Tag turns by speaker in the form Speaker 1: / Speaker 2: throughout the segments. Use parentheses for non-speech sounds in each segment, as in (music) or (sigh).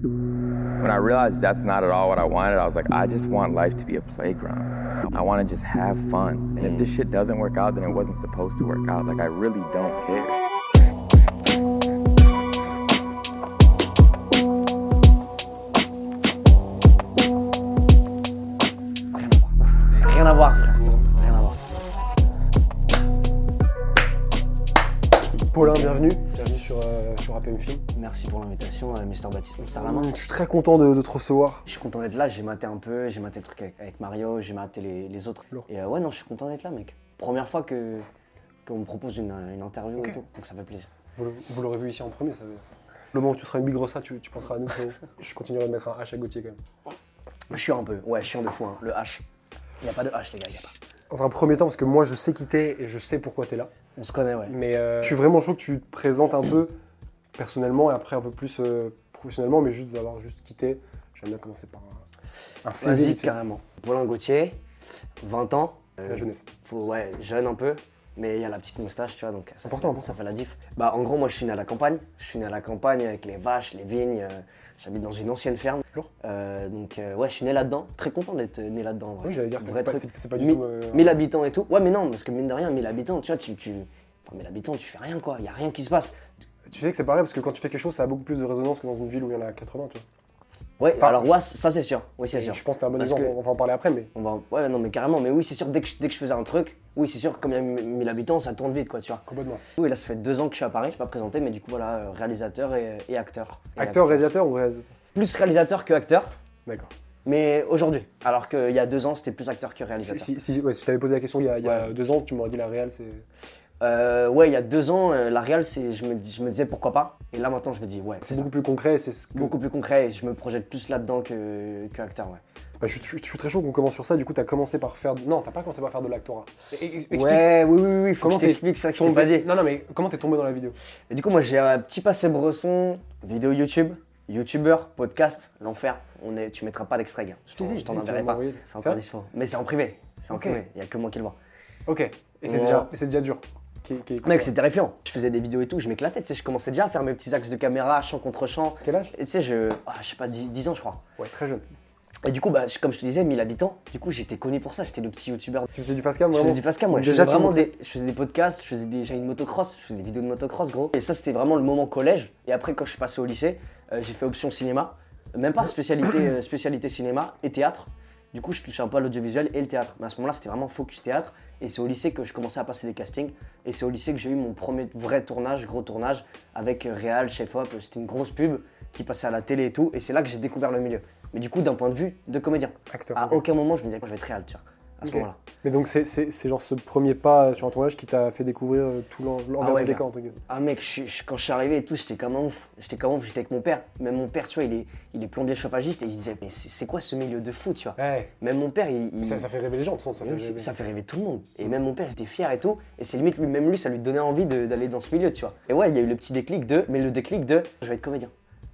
Speaker 1: When I realized that's not at all what I wanted, I was like, I just want life to be a playground. I want to just have fun. And if this shit doesn't work out, then it wasn't supposed to work out. Like, I really don't care.
Speaker 2: Rien à voir. Rien à voir.
Speaker 3: Paulin, bienvenue. Bienvenue sur, euh, sur APM Film.
Speaker 2: Merci pour l'invitation, euh, Mister Baptiste Sarlama.
Speaker 3: Je suis très content de, de te recevoir.
Speaker 2: Je suis content d'être là, j'ai maté un peu, j'ai maté le truc avec, avec Mario, j'ai maté les, les autres.
Speaker 3: Lourd.
Speaker 2: Et euh, ouais, non, je suis content d'être là, mec. Première fois que qu'on me propose une, euh, une interview et tout, donc ça fait plaisir.
Speaker 3: Vous, le- vous l'aurez vu ici en premier, ça veut dire. Le moment où tu seras une big rossa, tu, tu penseras à nous. (laughs) mais je continuerai de mettre un H à Gauthier quand même.
Speaker 2: Chiant un peu, ouais, chiant de fou, hein, le H. Il a pas de H, les gars, il a pas.
Speaker 3: Dans un premier temps, parce que moi je sais qui t'es et je sais pourquoi t'es là.
Speaker 2: On se connaît, ouais.
Speaker 3: Mais euh, je suis vraiment chaud que tu te présentes un peu personnellement et après un peu plus euh, professionnellement, mais juste d'avoir juste quitté. J'aime bien commencer par un, un CV
Speaker 2: Vas-y,
Speaker 3: vite fait.
Speaker 2: carrément. Paulin Gauthier, 20 ans. Euh,
Speaker 3: la jeunesse.
Speaker 2: faut- ouais, jeune un peu, mais il y a la petite moustache, tu vois, donc ça,
Speaker 3: Important,
Speaker 2: fait, ça fait la diff. Bah, en gros, moi, je suis né à la campagne. Je suis né à la campagne avec les vaches, les vignes. euh, J'habite dans une ancienne ferme.
Speaker 3: Lourd.
Speaker 2: Euh, donc, euh, ouais, je suis né là-dedans. Très content d'être euh, né là-dedans. en vrai.
Speaker 3: Oui, j'allais dire, c'est
Speaker 2: Vrai
Speaker 3: pas,
Speaker 2: truc.
Speaker 3: c'est- c'est pas du
Speaker 2: Mi-
Speaker 3: tout. euh,
Speaker 2: 1000 habitants et tout. Ouais, mais non, parce que mine de rien, 1000 habitants, tu vois, tu. tu... Enfin, 1000 habitants, tu fais rien, quoi. Il y a rien qui se passe.
Speaker 3: Tu sais que c'est pareil parce que quand tu fais quelque chose, ça a beaucoup plus de résonance que dans une ville où il y en a 80. Tu vois.
Speaker 2: Ouais,
Speaker 3: Enfin,
Speaker 2: alors,
Speaker 3: je-
Speaker 2: ouais, ça, c'est sûr. Oui, c'est sûr.
Speaker 3: Je pense que t'as un bon
Speaker 2: Parce
Speaker 3: exemple,
Speaker 2: que-
Speaker 3: on va en parler après, mais
Speaker 2: On va... Ouais, non, mais carrément, mais oui, c'est sûr, dès que, je- dès que je faisais un truc, oui, c'est sûr, comme il y a 1000 habitants, ça tourne vite, quoi, tu vois.
Speaker 3: complètement.
Speaker 2: Oui, là, ça fait deux ans que je suis à Paris, je suis pas présenté, mais du coup, voilà, euh, réalisateur et, et acteur. Et
Speaker 3: Acteur, réalisateur ou réalisateur
Speaker 2: Plus réalisateur que acteur,
Speaker 3: D'accord.
Speaker 2: mais aujourd'hui. Alors qu'il y a deux ans, c'était plus acteur que
Speaker 3: Si,
Speaker 2: réalisateur.
Speaker 3: si, si- ouais, si je t'avais posé la question il y a, il y a deux ans, tu m'aurais dit la réelle, c'est.
Speaker 2: Euh, ouais, il y a deux ans, euh, la réal, c'est, je me, dis- je me disais pourquoi pas. Et là, maintenant, je me dis, ouais,
Speaker 3: C'est
Speaker 2: c'est ça.
Speaker 3: beaucoup plus concret. C'est ce que-
Speaker 2: Beaucoup plus concret, et je me projette plus là-dedans que, que acteur, ouais.
Speaker 3: Bah, je, suis- je suis très chaud qu'on commence sur ça. Du coup, t'as commencé par faire. Non, t'as pas commencé par faire de l'actorat. Et- et- explique
Speaker 2: Ouais, oui, oui, oui, faut
Speaker 3: Comment
Speaker 2: que je t'explique ça que je t'ai
Speaker 3: tombé-
Speaker 2: pas dit.
Speaker 3: Non, non, mais comment t'es tombé dans la vidéo
Speaker 2: Et du coup, moi, j'ai un petit passé bresson, vidéo YouTube, YouTubeur, podcast, l'enfer. On est, tu mettras pas d'extrait, gars. Je
Speaker 3: Si,
Speaker 2: t'en-
Speaker 3: si,
Speaker 2: je t'en
Speaker 3: si, tu
Speaker 2: enverrai
Speaker 3: m'as
Speaker 2: pas.
Speaker 3: envoyé.
Speaker 2: C'est
Speaker 3: C'est
Speaker 2: encore
Speaker 3: vrai
Speaker 2: dispo. Mais c'est en privé. C'est en
Speaker 3: Ok.
Speaker 2: privé. Il y a que moi qui le vois.
Speaker 3: Ok. Et c'est
Speaker 2: Ouais.
Speaker 3: déjà, c'est déjà dur. Qui- qui- qui-
Speaker 2: Mec, c'est terrifiant. Je faisais des vidéos et tout, je m'éclatais. Tu sais, je commençais déjà à faire mes petits axes de caméra, champ contre champ.
Speaker 3: Quel âge
Speaker 2: Et tu sais, je. ah, je sais pas, 10, 10 ans, je crois.
Speaker 3: Ouais, très jeune.
Speaker 2: Et du coup, bah, je- comme je te disais, 1000 habitants. Du coup, j'étais connu pour ça. J'étais le petit youtubeur.
Speaker 3: Tu faisais du fast cam
Speaker 2: Je
Speaker 3: vraiment
Speaker 2: faisais du fast cam, moi. Je
Speaker 3: Déjà,
Speaker 2: faisais,
Speaker 3: tu
Speaker 2: vraiment
Speaker 3: montrais-
Speaker 2: des, je faisais des podcasts, je faisais déjà une motocross, je faisais des vidéos de motocross, gros. Et ça, c'était vraiment le moment collège. Et après, quand je suis passé au lycée, euh, j'ai fait option cinéma. Même pas spécialité, euh, spécialité cinéma et théâtre. Du coup, je touchais un peu à l'audiovisuel et le théâtre. Mais à ce moment-là, c'était vraiment focus théâtre. Et c'est au lycée que je commençais à passer des castings. Et c'est au lycée que j'ai eu mon premier vrai tournage, gros tournage, avec euh, Real, Chef Hop. C'était une grosse pub qui passait à la télé et tout. Et c'est là que j'ai découvert le milieu. Mais du coup, d'un point de vue de comédien.
Speaker 3: Acteur.
Speaker 2: À
Speaker 3: ok.
Speaker 2: aucun moment, je me disais, je vais être Real, tu vois, à ce
Speaker 3: Ok.
Speaker 2: moment-là.
Speaker 3: Mais donc, c'est- c'est c'est genre ce premier pas sur un tournage qui t'a fait découvrir euh, tout l'en- l'envers
Speaker 2: Ah ouais,
Speaker 3: du
Speaker 2: gars.
Speaker 3: décor, entre guillemets.
Speaker 2: Ah mec, je- je- quand je suis arrivé et tout, j'étais comme un ouf. J'étais comme un ouf, j'étais avec mon père. Même mon père, tu vois, il est, il est plombier chauffagiste et il se disait, mais c'est c'est quoi ce milieu de fou, tu vois
Speaker 3: Ouais.
Speaker 2: Même mon père, il... il-
Speaker 3: Ça, ça fait rêver les gens, de toute façon, ça
Speaker 2: mais
Speaker 3: fait
Speaker 2: oui, c'est-
Speaker 3: rêver.
Speaker 2: ça fait rêver tout le monde. Et même mon père, j'étais fier et tout. Et c'est limite, lui, même lui, ça lui donnait envie de- d'aller dans ce milieu, tu vois. Et ouais, il y a eu le petit déclic de, mais le déclic de, je vais être comédien.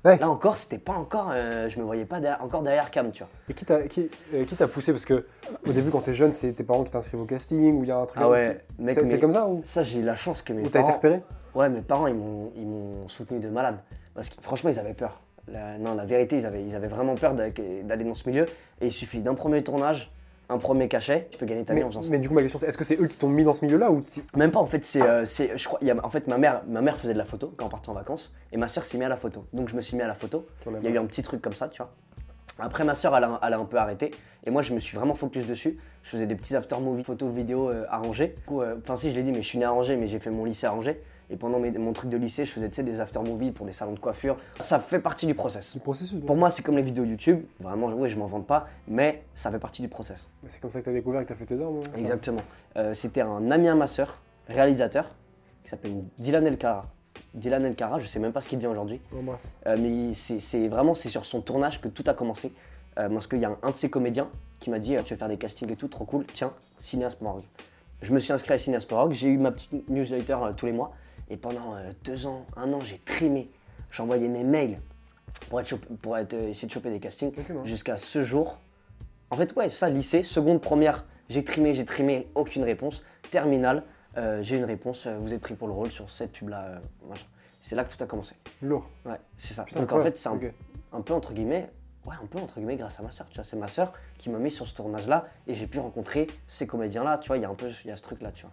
Speaker 3: Ouais.
Speaker 2: Là encore, c'était pas encore, euh, je me voyais pas derrière- encore derrière Cam, tu vois.
Speaker 3: Et qui t'a qui, euh, qui t'a poussé Parce que au début, quand t'es jeune, c'est tes parents qui t'inscrivent au casting ou il y a un truc.
Speaker 2: Ah
Speaker 3: à-
Speaker 2: ouais,
Speaker 3: c'est-
Speaker 2: mec,
Speaker 3: c'est c'est
Speaker 2: mais-
Speaker 3: comme ça ou,
Speaker 2: Ça, j'ai eu la chance que mes
Speaker 3: ou t'as été
Speaker 2: parents-
Speaker 3: repéré
Speaker 2: Ouais, mes parents, ils m'ont, ils m'ont soutenu de malade. Parce que franchement, ils avaient peur. La- non, la vérité, ils avaient, ils avaient vraiment peur d'a- d'aller dans ce milieu. Et il suffit d'un premier tournage, un premier cachet, tu peux gagner ta vie
Speaker 3: mais,
Speaker 2: en faisant ça.
Speaker 3: mais du coup, ma question, c'est est-ce que c'est eux qui t'ont mis dans ce milieu-là ou t'y-
Speaker 2: Même pas, en fait, c'est. euh, c'est- je crois, il y a- en fait, ma mère, ma mère faisait de la photo quand on partait en vacances. Et ma soeur s'est mise à la photo. Donc, je me suis mis à la photo.
Speaker 3: T'en as
Speaker 2: Il y a eu un petit truc comme ça, tu vois. Après, ma soeur, elle a, elle a un peu arrêté. Et moi, je me suis vraiment focus dessus. Je faisais des petits after-movies, photos, vidéos euh, à Angers. Du coup, euh, Enfin, si, je l'ai dit, mais je suis né à Angers, mais j'ai fait mon lycée à Angers. Et pendant mes- mon truc de lycée, je faisais tu sais, des after-movies pour des salons de coiffure. Ça fait partie du process.
Speaker 3: du processus donc.
Speaker 2: Pour moi, c'est comme les vidéos YouTube. Vraiment, oui, je m'en vante pas, mais ça fait partie du process.
Speaker 3: C'est comme ça que t'as découvert et que t'as fait tes armes. hein, ça
Speaker 2: Exactement. Euh, C'était un ami à ma sœur, réalisateur, qui s'appelle Dylan Elkara. Dylan Elkara, je sais même pas ce qu'il devient aujourd'hui.
Speaker 3: On embrasse.
Speaker 2: Euh, mais il- c'est c'est vraiment c'est sur son tournage que tout a commencé. Euh, parce qu'il y a un, un de ses comédiens qui m'a dit euh, Tu veux faire des castings et tout, trop cool, tiens, Cinéas Morgue. Je me suis inscrit à Cinéas Morgue, j'ai eu ma petite newsletter euh, tous les mois. Et pendant euh, deux ans, un an, j'ai trimé. J'envoyais mes mails pour, être chop- pour être, euh, essayer de choper des castings.
Speaker 3: Ok, bon.
Speaker 2: Jusqu'à ce jour. En fait, ouais, ça, lycée, seconde, première, j'ai trimé, j'ai trimé, aucune réponse. Terminale, euh, j'ai une réponse, euh, vous êtes pris pour le rôle sur cette pub-là. euh, machin. c'est là que tout a commencé.
Speaker 3: Lourd.
Speaker 2: Ouais, c'est ça.
Speaker 3: Putain,
Speaker 2: Donc en
Speaker 3: incroyable.
Speaker 2: fait, c'est un
Speaker 3: Ok.
Speaker 2: un peu entre guillemets, ouais, un peu entre guillemets grâce à ma sœur, tu vois. C'est ma sœur qui m'a mis sur ce tournage-là et j'ai pu rencontrer ces comédiens-là, tu vois. Il y a un peu, il y a ce truc-là, tu vois.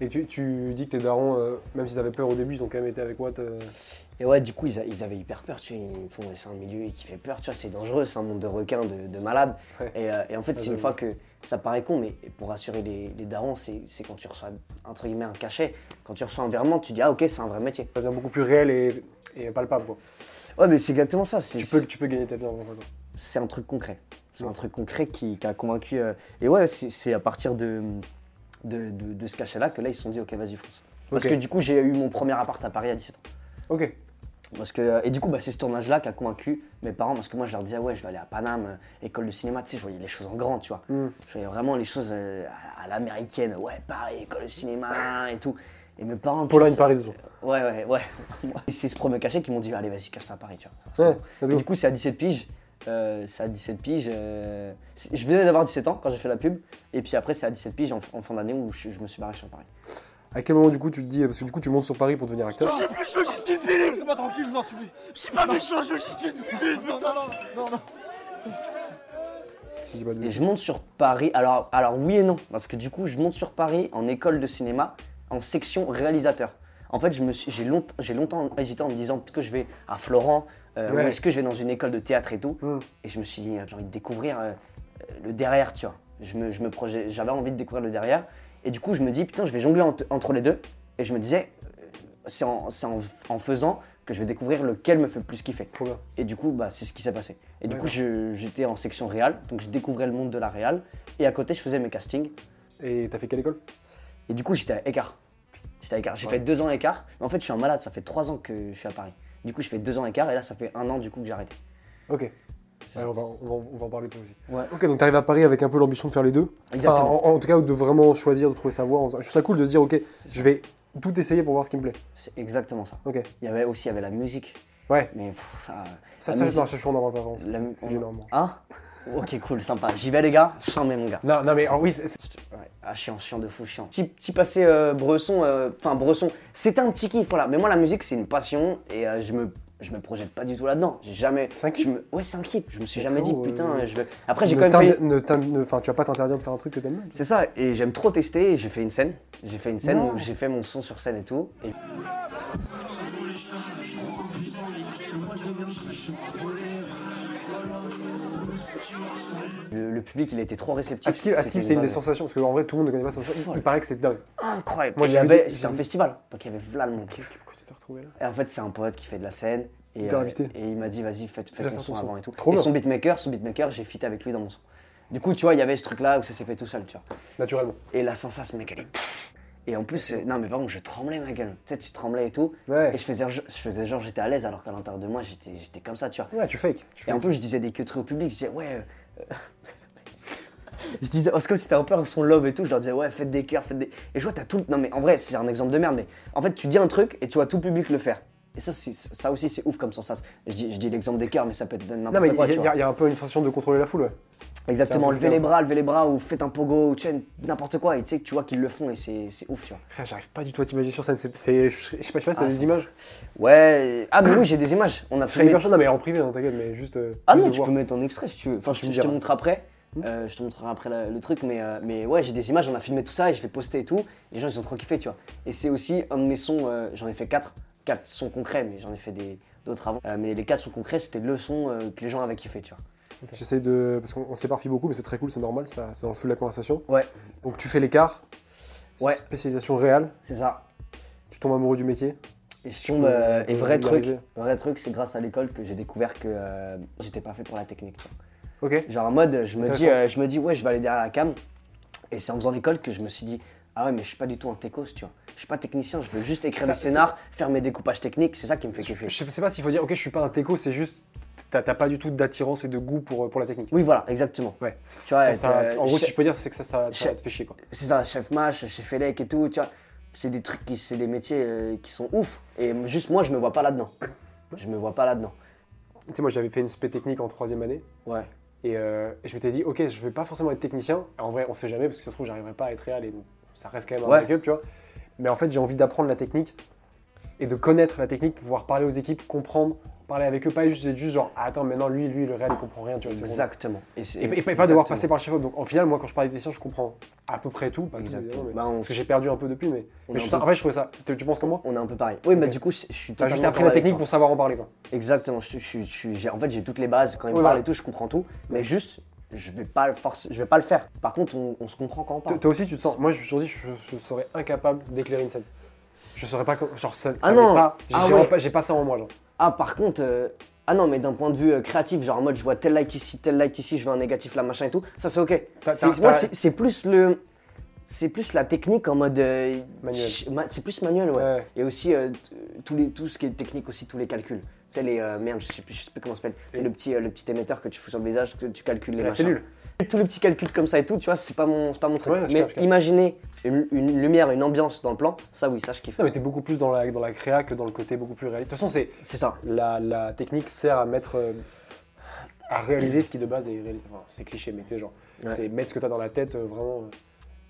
Speaker 3: Et tu, tu dis que tes darons, euh, même s'ils avaient peur au début, ils ont quand même été avec euh, moi. t'as-
Speaker 2: Et ouais, du coup, ils, a- ils avaient hyper peur, tu vois. Ils font, ouais, c'est un milieu qui fait peur, tu vois. C'est dangereux, c'est un monde de requins, de, de malades.
Speaker 3: Ouais.
Speaker 2: Et, euh, et en fait, c'est une
Speaker 3: j'avoue.
Speaker 2: fois que ça paraît con, mais pour rassurer les, les darons, c'est c'est quand tu reçois, entre guillemets, un cachet. Quand tu reçois un virement, tu dis, ah, ok, c'est un vrai métier.
Speaker 3: Ça devient beaucoup plus réel et, et palpable. Quoi.
Speaker 2: Ouais, mais c'est exactement ça. c'est-
Speaker 3: Tu, peux, tu peux gagner ta vie en vrai. Quoi.
Speaker 2: c'est un truc concret. C'est un truc concret qui, qui a convaincu. euh, et ouais, c'est c'est à partir de, de, de- de ce cachet-là que là, ils se sont dit, ok, vas-y, fonce. Parce
Speaker 3: Ok.
Speaker 2: que du coup, j'ai eu mon premier appart à Paris à 17 ans.
Speaker 3: Ok.
Speaker 2: Parce que, euh, et du coup, bah, c'est ce tournage-là qui a convaincu mes parents, parce que moi, je leur disais, ouais, je vais aller à Paname, euh, école de cinéma, tu sais, je voyais les choses en grand, tu vois.
Speaker 3: Mm.
Speaker 2: Je voyais vraiment les choses euh, à, à l'américaine, ouais, Paris, école de cinéma et tout. Et mes parents. tu
Speaker 3: Pour
Speaker 2: vois,
Speaker 3: une
Speaker 2: ça-
Speaker 3: Paris, disons.
Speaker 2: Ouais, ouais, ouais. (laughs) Et c'est ce premier cachet qui m'ont dit, allez, vas-y, cache-toi à Paris, tu vois.
Speaker 3: Ouais,
Speaker 2: Et
Speaker 3: let's go.
Speaker 2: du coup, c'est à 17 piges. euh, c'est à 17 piges. euh, c'est- Je venais d'avoir 17 ans quand j'ai fait la pub. Et puis après, c'est à 17 piges en, en fin d'année où je, je me suis barré sur Paris.
Speaker 3: À quel moment, du coup, tu te dis. euh, Parce que du coup, tu montes sur Paris pour devenir acteur.
Speaker 2: Ah.
Speaker 4: Je sais plus, je veux juste une pilule Laissez-moi tranquille, je vous en supplie Je suis pas méchant, je veux juste une pilule, putain Non, non, non
Speaker 3: Si je dis pas de
Speaker 2: Et
Speaker 3: bêtises.
Speaker 2: je monte sur Paris. Alors, alors oui et non. Parce que du coup, je monte sur Paris en école de cinéma, en section réalisateur. En fait, je me suis- j'ai long- j'ai longtemps hésité en me disant est-ce que je vais à Florent euh,
Speaker 3: Ouais.
Speaker 2: ou est-ce que je vais dans une école de théâtre et tout.
Speaker 3: Mm.
Speaker 2: Et je me suis dit, j'ai envie de découvrir euh, le derrière, tu vois. Je me, je me projet- j'avais envie de découvrir le derrière. Et du coup, je me dis, putain, je vais jongler entre, entre les deux. Et je me disais, euh, c'est en, c'est en- en faisant que je vais découvrir lequel me fait le plus kiffer.
Speaker 3: Trop bien.
Speaker 2: Et du coup, bah, c'est ce qui s'est passé. Et du coup,
Speaker 3: D'accord.
Speaker 2: je- j'étais en section réal, donc je découvrais le monde de la réal. Et à côté, je faisais mes castings.
Speaker 3: Et t'as fait quelle école
Speaker 2: Et du coup, j'étais à écart. J'étais à écart. J'ai
Speaker 3: Ouais.
Speaker 2: fait deux ans à écart. Mais en fait, je suis un malade. Ça fait trois ans que je suis à Paris. Du coup, je fais deux ans à écart. Et là, ça fait un an du coup que j'ai arrêté.
Speaker 3: Ok.
Speaker 2: C'est
Speaker 3: Ouais, on, va, on, va, on va en parler de ça aussi.
Speaker 2: Ouais.
Speaker 3: Ok, donc t'arrives à Paris avec un peu l'ambition de faire les deux.
Speaker 2: Exactement.
Speaker 3: Enfin, en, en tout cas, de vraiment choisir, de trouver sa voie. Je trouve ça cool de se dire, ok, je vais tout essayer pour voir ce qui me plaît.
Speaker 2: C'est exactement ça.
Speaker 3: Ok.
Speaker 2: Il y avait aussi il y avait la musique.
Speaker 3: Ouais.
Speaker 2: Mais pff, ça.
Speaker 3: Ça,
Speaker 2: la
Speaker 3: ça,
Speaker 2: musique-
Speaker 3: non, je suis en parle pas vraiment.
Speaker 2: la mu-
Speaker 3: C'est gênant. moi.
Speaker 2: Hein Ok, cool, sympa. J'y vais, les gars. Chambé, mon gars.
Speaker 3: Non, non, mais alors, oui, c'est- c'est-
Speaker 2: Ouais, ah, chiant, chiant de fou, chiant. Petit, petit passé euh, Bresson, euh, enfin Bresson, c'était un petit kiff, voilà. Mais moi, la musique, c'est une passion et euh, je me. Je me projette pas du tout là-dedans. J'ai jamais.
Speaker 3: C'est un kiff.
Speaker 2: je me- Ouais, c'est un kiff. Je me suis
Speaker 3: Mais
Speaker 2: jamais dit,
Speaker 3: frérot,
Speaker 2: putain,
Speaker 3: euh,
Speaker 2: je veux. Après, j'ai
Speaker 3: ne
Speaker 2: quand même
Speaker 3: t'in-
Speaker 2: fait. Ah,
Speaker 3: ne t'in- ne- Enfin, tu vas pas t'interdire de faire un truc que t'aimes bien.
Speaker 2: C'est ça, et j'aime trop tester. et J'ai fait une scène. J'ai fait une scène
Speaker 3: Non.
Speaker 2: où j'ai fait mon son sur scène et tout. Et Le, le public, il était trop réceptif.
Speaker 3: À Skill, à Skill,
Speaker 2: C'était
Speaker 3: c'est une
Speaker 2: dingue.
Speaker 3: des sensations, parce que en vrai, tout le monde ne connaît pas cette sensation. Il paraît que
Speaker 2: (laughs)
Speaker 3: c'est dingue.
Speaker 2: Incroyable.
Speaker 3: Moi,
Speaker 2: Et il
Speaker 3: j'ai
Speaker 2: y
Speaker 3: vu des-
Speaker 2: avait-
Speaker 3: j'ai
Speaker 2: C'était un
Speaker 3: vu-
Speaker 2: festival, donc il y avait v'là le monde.
Speaker 3: Qu'est-ce que pourquoi tu t'es retrouvé là
Speaker 2: Et en fait, c'est un pote qui fait de la scène. Et, euh,
Speaker 3: Il t'a invité.
Speaker 2: et il m'a dit, vas-y, fais, fais
Speaker 3: Fais
Speaker 2: ton
Speaker 3: faire
Speaker 2: son
Speaker 3: ton son.
Speaker 2: avant et tout.
Speaker 3: Trop
Speaker 2: et
Speaker 3: bien.
Speaker 2: son beatmaker, son beatmaker, j'ai fit avec lui dans mon son. Du coup, tu vois, il y avait ce truc-là où ça s'est fait tout seul, tu vois.
Speaker 3: Naturellement.
Speaker 2: Et la sensation, mec, elle est. Et en plus, euh, non, mais par contre, je tremblais, ma gueule. Tu sais, tu tremblais et tout.
Speaker 3: Ouais.
Speaker 2: Et je faisais, je faisais genre, j'étais à l'aise, alors qu'à l'intérieur de moi, j'étais j'étais comme ça, tu vois.
Speaker 3: Ouais, tu fakes. Tu
Speaker 2: Et en
Speaker 3: fakes.
Speaker 2: plus, je disais des queuteries au public, je disais, ouais. euh,
Speaker 3: (laughs)
Speaker 2: je disais, oh, parce que c'était un peu un son love et tout, je leur disais, ouais, faites des cœurs, faites des. Et je vois, t'as tout. Non, mais en vrai, c'est un exemple de merde, mais en fait, tu dis un truc et tu vois tout le public le faire. Et ça, c'est- ça aussi, c'est ouf comme sensation. Je dis, je dis l'exemple des cœurs, mais ça peut être
Speaker 3: Non, mais
Speaker 2: n'importe
Speaker 3: il
Speaker 2: quoi.
Speaker 3: y,
Speaker 2: tu
Speaker 3: a-
Speaker 2: vois.
Speaker 3: il y a un peu une sensation de contrôler la foule, ouais.
Speaker 2: Exactement,
Speaker 3: c'est un peu
Speaker 2: levez les
Speaker 3: bizarre.
Speaker 2: bras, levez les bras, ou faites un pogo, ou tu sais, n'importe quoi, et tu sais, que tu vois qu'ils le font, et c'est c'est ouf, tu vois.
Speaker 3: Frère, j'arrive pas du tout à t'imaginer sur scène. c'est- c'est- Je sais pas je sais pas si t'as
Speaker 2: Ah,
Speaker 3: des
Speaker 2: c'est-
Speaker 3: images.
Speaker 2: Ouais. Ah, mais oui, j'ai des images. On a
Speaker 3: Je serais
Speaker 2: filmé-
Speaker 3: hyper chaud, non, mais en privé, non, t'inquiète, mais juste. euh,
Speaker 2: Ah
Speaker 3: juste
Speaker 2: non,
Speaker 3: de
Speaker 2: tu
Speaker 3: voir.
Speaker 2: peux mettre en extrait si tu veux. Enfin, je,
Speaker 3: Tu me
Speaker 2: je te
Speaker 3: diras.
Speaker 2: montre après. Euh, je te montrerai après la- le truc, mais, euh, mais ouais, j'ai des images, on a filmé tout ça et je l'ai posté et tout. Les gens, ils ont trop kiffé, tu vois. Et c'est aussi un de mes sons, euh, j'en ai fait quatre. Quatre sons concrets, mais j'en ai fait des- d'autres avant. Euh, mais les quatre sons concrets, c'était le son euh, que les gens avaient kiffé, tu vois.
Speaker 3: J'essaie de. Parce qu'on on s'éparpille beaucoup, mais c'est très cool, c'est normal, ça- c'est dans le feu de la conversation.
Speaker 2: Ouais,
Speaker 3: Donc tu fais l'écart.
Speaker 2: Ouais.
Speaker 3: Spécialisation réelle.
Speaker 2: c'est ça.
Speaker 3: Tu tombes amoureux du métier.
Speaker 2: Et, je
Speaker 3: Tu
Speaker 2: tombe,
Speaker 3: peux-
Speaker 2: euh,
Speaker 3: tu
Speaker 2: et
Speaker 3: peux
Speaker 2: vrai truc,
Speaker 3: vulgariser.
Speaker 2: vrai truc, c'est grâce à l'école que j'ai découvert que euh, j'étais pas fait pour la technique, tu vois.
Speaker 3: Ok.
Speaker 2: Genre en mode, je me, dis,
Speaker 3: Intéressant.
Speaker 2: euh, je me dis, ouais, je vais aller derrière la cam. Et c'est en faisant l'école que je me suis dit, ah ouais, mais je suis pas du tout un techos, tu vois. Je suis pas technicien, je veux juste écrire
Speaker 3: Ça,
Speaker 2: mes scénars, faire mes découpages techniques, c'est ça qui me fait
Speaker 3: Je,
Speaker 2: kiffer.
Speaker 3: je sais pas s'il faut dire, ok, je suis pas un techo, c'est juste. T'as t'as pas du tout d'attirance et de goût pour, euh, pour la technique.
Speaker 2: Oui, voilà, exactement.
Speaker 3: Ouais.
Speaker 2: vois,
Speaker 3: Ça- ça-
Speaker 2: t'as-
Speaker 3: en gros,
Speaker 2: je-
Speaker 3: si je peux dire, c'est que ça, ça- ça
Speaker 2: je-
Speaker 3: te fait chier, quoi.
Speaker 2: C'est ça, chef match, chef élec et tout, tu vois. C'est des trucs, qui- c'est des métiers euh, qui sont ouf. Et juste moi, je me vois pas là-dedans. Je me vois pas là-dedans.
Speaker 3: Tu sais, moi, j'avais fait une spé technique en troisième année.
Speaker 2: Ouais.
Speaker 3: Et, euh, et je m'étais dit, ok, je vais pas forcément être technicien. En vrai, on sait jamais, parce que ça se trouve, j'arriverai pas à être réel et donc, ça reste quand même un
Speaker 2: Ouais.
Speaker 3: backup, tu vois. Mais en fait, j'ai envie d'apprendre la technique et de connaître la technique pour pouvoir parler aux équipes, comprendre parler avec eux, pas juste, c'est juste genre, ah, attends, maintenant lui, lui, le réel, il comprend rien, tu vois. c'est bon.
Speaker 2: Exactement. Et, c'est-
Speaker 3: Et, et pas devoir
Speaker 2: exactement.
Speaker 3: passer par le chef-op. Donc, en final, moi, quand je parle des techniciens, je comprends à peu près tout. Pas tout,
Speaker 2: Exactement.
Speaker 3: évidemment, mais-
Speaker 2: Bah, on-
Speaker 3: Parce que j'ai perdu un peu depuis, mais.
Speaker 2: On
Speaker 3: mais
Speaker 2: est
Speaker 3: je-
Speaker 2: un peu-
Speaker 3: en vrai, je trouvais ça. Tu, tu penses comme moi
Speaker 2: On est un peu pareil. Oui, bah
Speaker 3: Ok.
Speaker 2: du coup, je suis
Speaker 3: T'as
Speaker 2: totalement
Speaker 3: juste appris
Speaker 2: d'accord
Speaker 3: la
Speaker 2: avec
Speaker 3: technique
Speaker 2: toi.
Speaker 3: pour savoir en parler, quoi.
Speaker 2: Exactement. Je, je- je- je- j'ai- en fait, j'ai toutes les bases. Quand il me
Speaker 3: Voilà.
Speaker 2: parle et tout, je comprends tout. Mais juste, je vais pas le forcer- je vais pas le faire. Par contre, on, on se comprend quand on
Speaker 3: Toi-
Speaker 2: parle.
Speaker 3: Toi aussi, tu te sens. Moi, je me suis dit, je, je serais incapable d'éclairer une scène. Je saurais pas. co- Genre, ça, ça
Speaker 2: Ah
Speaker 3: m'est
Speaker 2: non.
Speaker 3: pas. J'ai
Speaker 2: Ah
Speaker 3: j'ai
Speaker 2: ouais.
Speaker 3: vraiment pas- j'ai pas ça en moi, genre.
Speaker 2: Ah, par contre, euh, ah non, mais d'un point de vue euh, créatif, genre en mode, je vois tel like ici, tel like ici, je vois un négatif là, machin et tout. Ça, c'est ok.
Speaker 3: T'as-
Speaker 2: C'est-
Speaker 3: t'as-
Speaker 2: Moi,
Speaker 3: t'as-
Speaker 2: c'est c'est plus le, c'est plus la technique en mode euh,
Speaker 3: Manuel.
Speaker 2: ch- ma- c'est plus manuel, ouais.
Speaker 3: Ouais.
Speaker 2: Et aussi euh, t- tous les, tout ce qui est technique aussi, tous les calculs. Tu sais les euh, merde, je sais plus, je sais plus comment ça s'appelle. C'est le petit, euh, le petit émetteur que tu fous sur le visage, que tu calcules les
Speaker 3: La
Speaker 2: machins.
Speaker 3: cellule.
Speaker 2: Tous les petits calculs comme ça et tout, tu vois, c'est pas mon, c'est pas mon truc.
Speaker 3: Ouais, je
Speaker 2: mais
Speaker 3: capte, je capte.
Speaker 2: imaginer une, une lumière, une ambiance dans le plan, ça oui, ça je kiffe.
Speaker 3: Non, mais t'es beaucoup plus dans la, dans la créa que dans le côté beaucoup plus réaliste. De toute façon, c'est.
Speaker 2: C'est ça.
Speaker 3: La, la technique sert à mettre. euh, à réaliser ce qui de base est réalisé. Enfin, c'est cliché, mais c'est genre.
Speaker 2: Ouais.
Speaker 3: C'est mettre ce que t'as dans la tête, euh, vraiment. euh,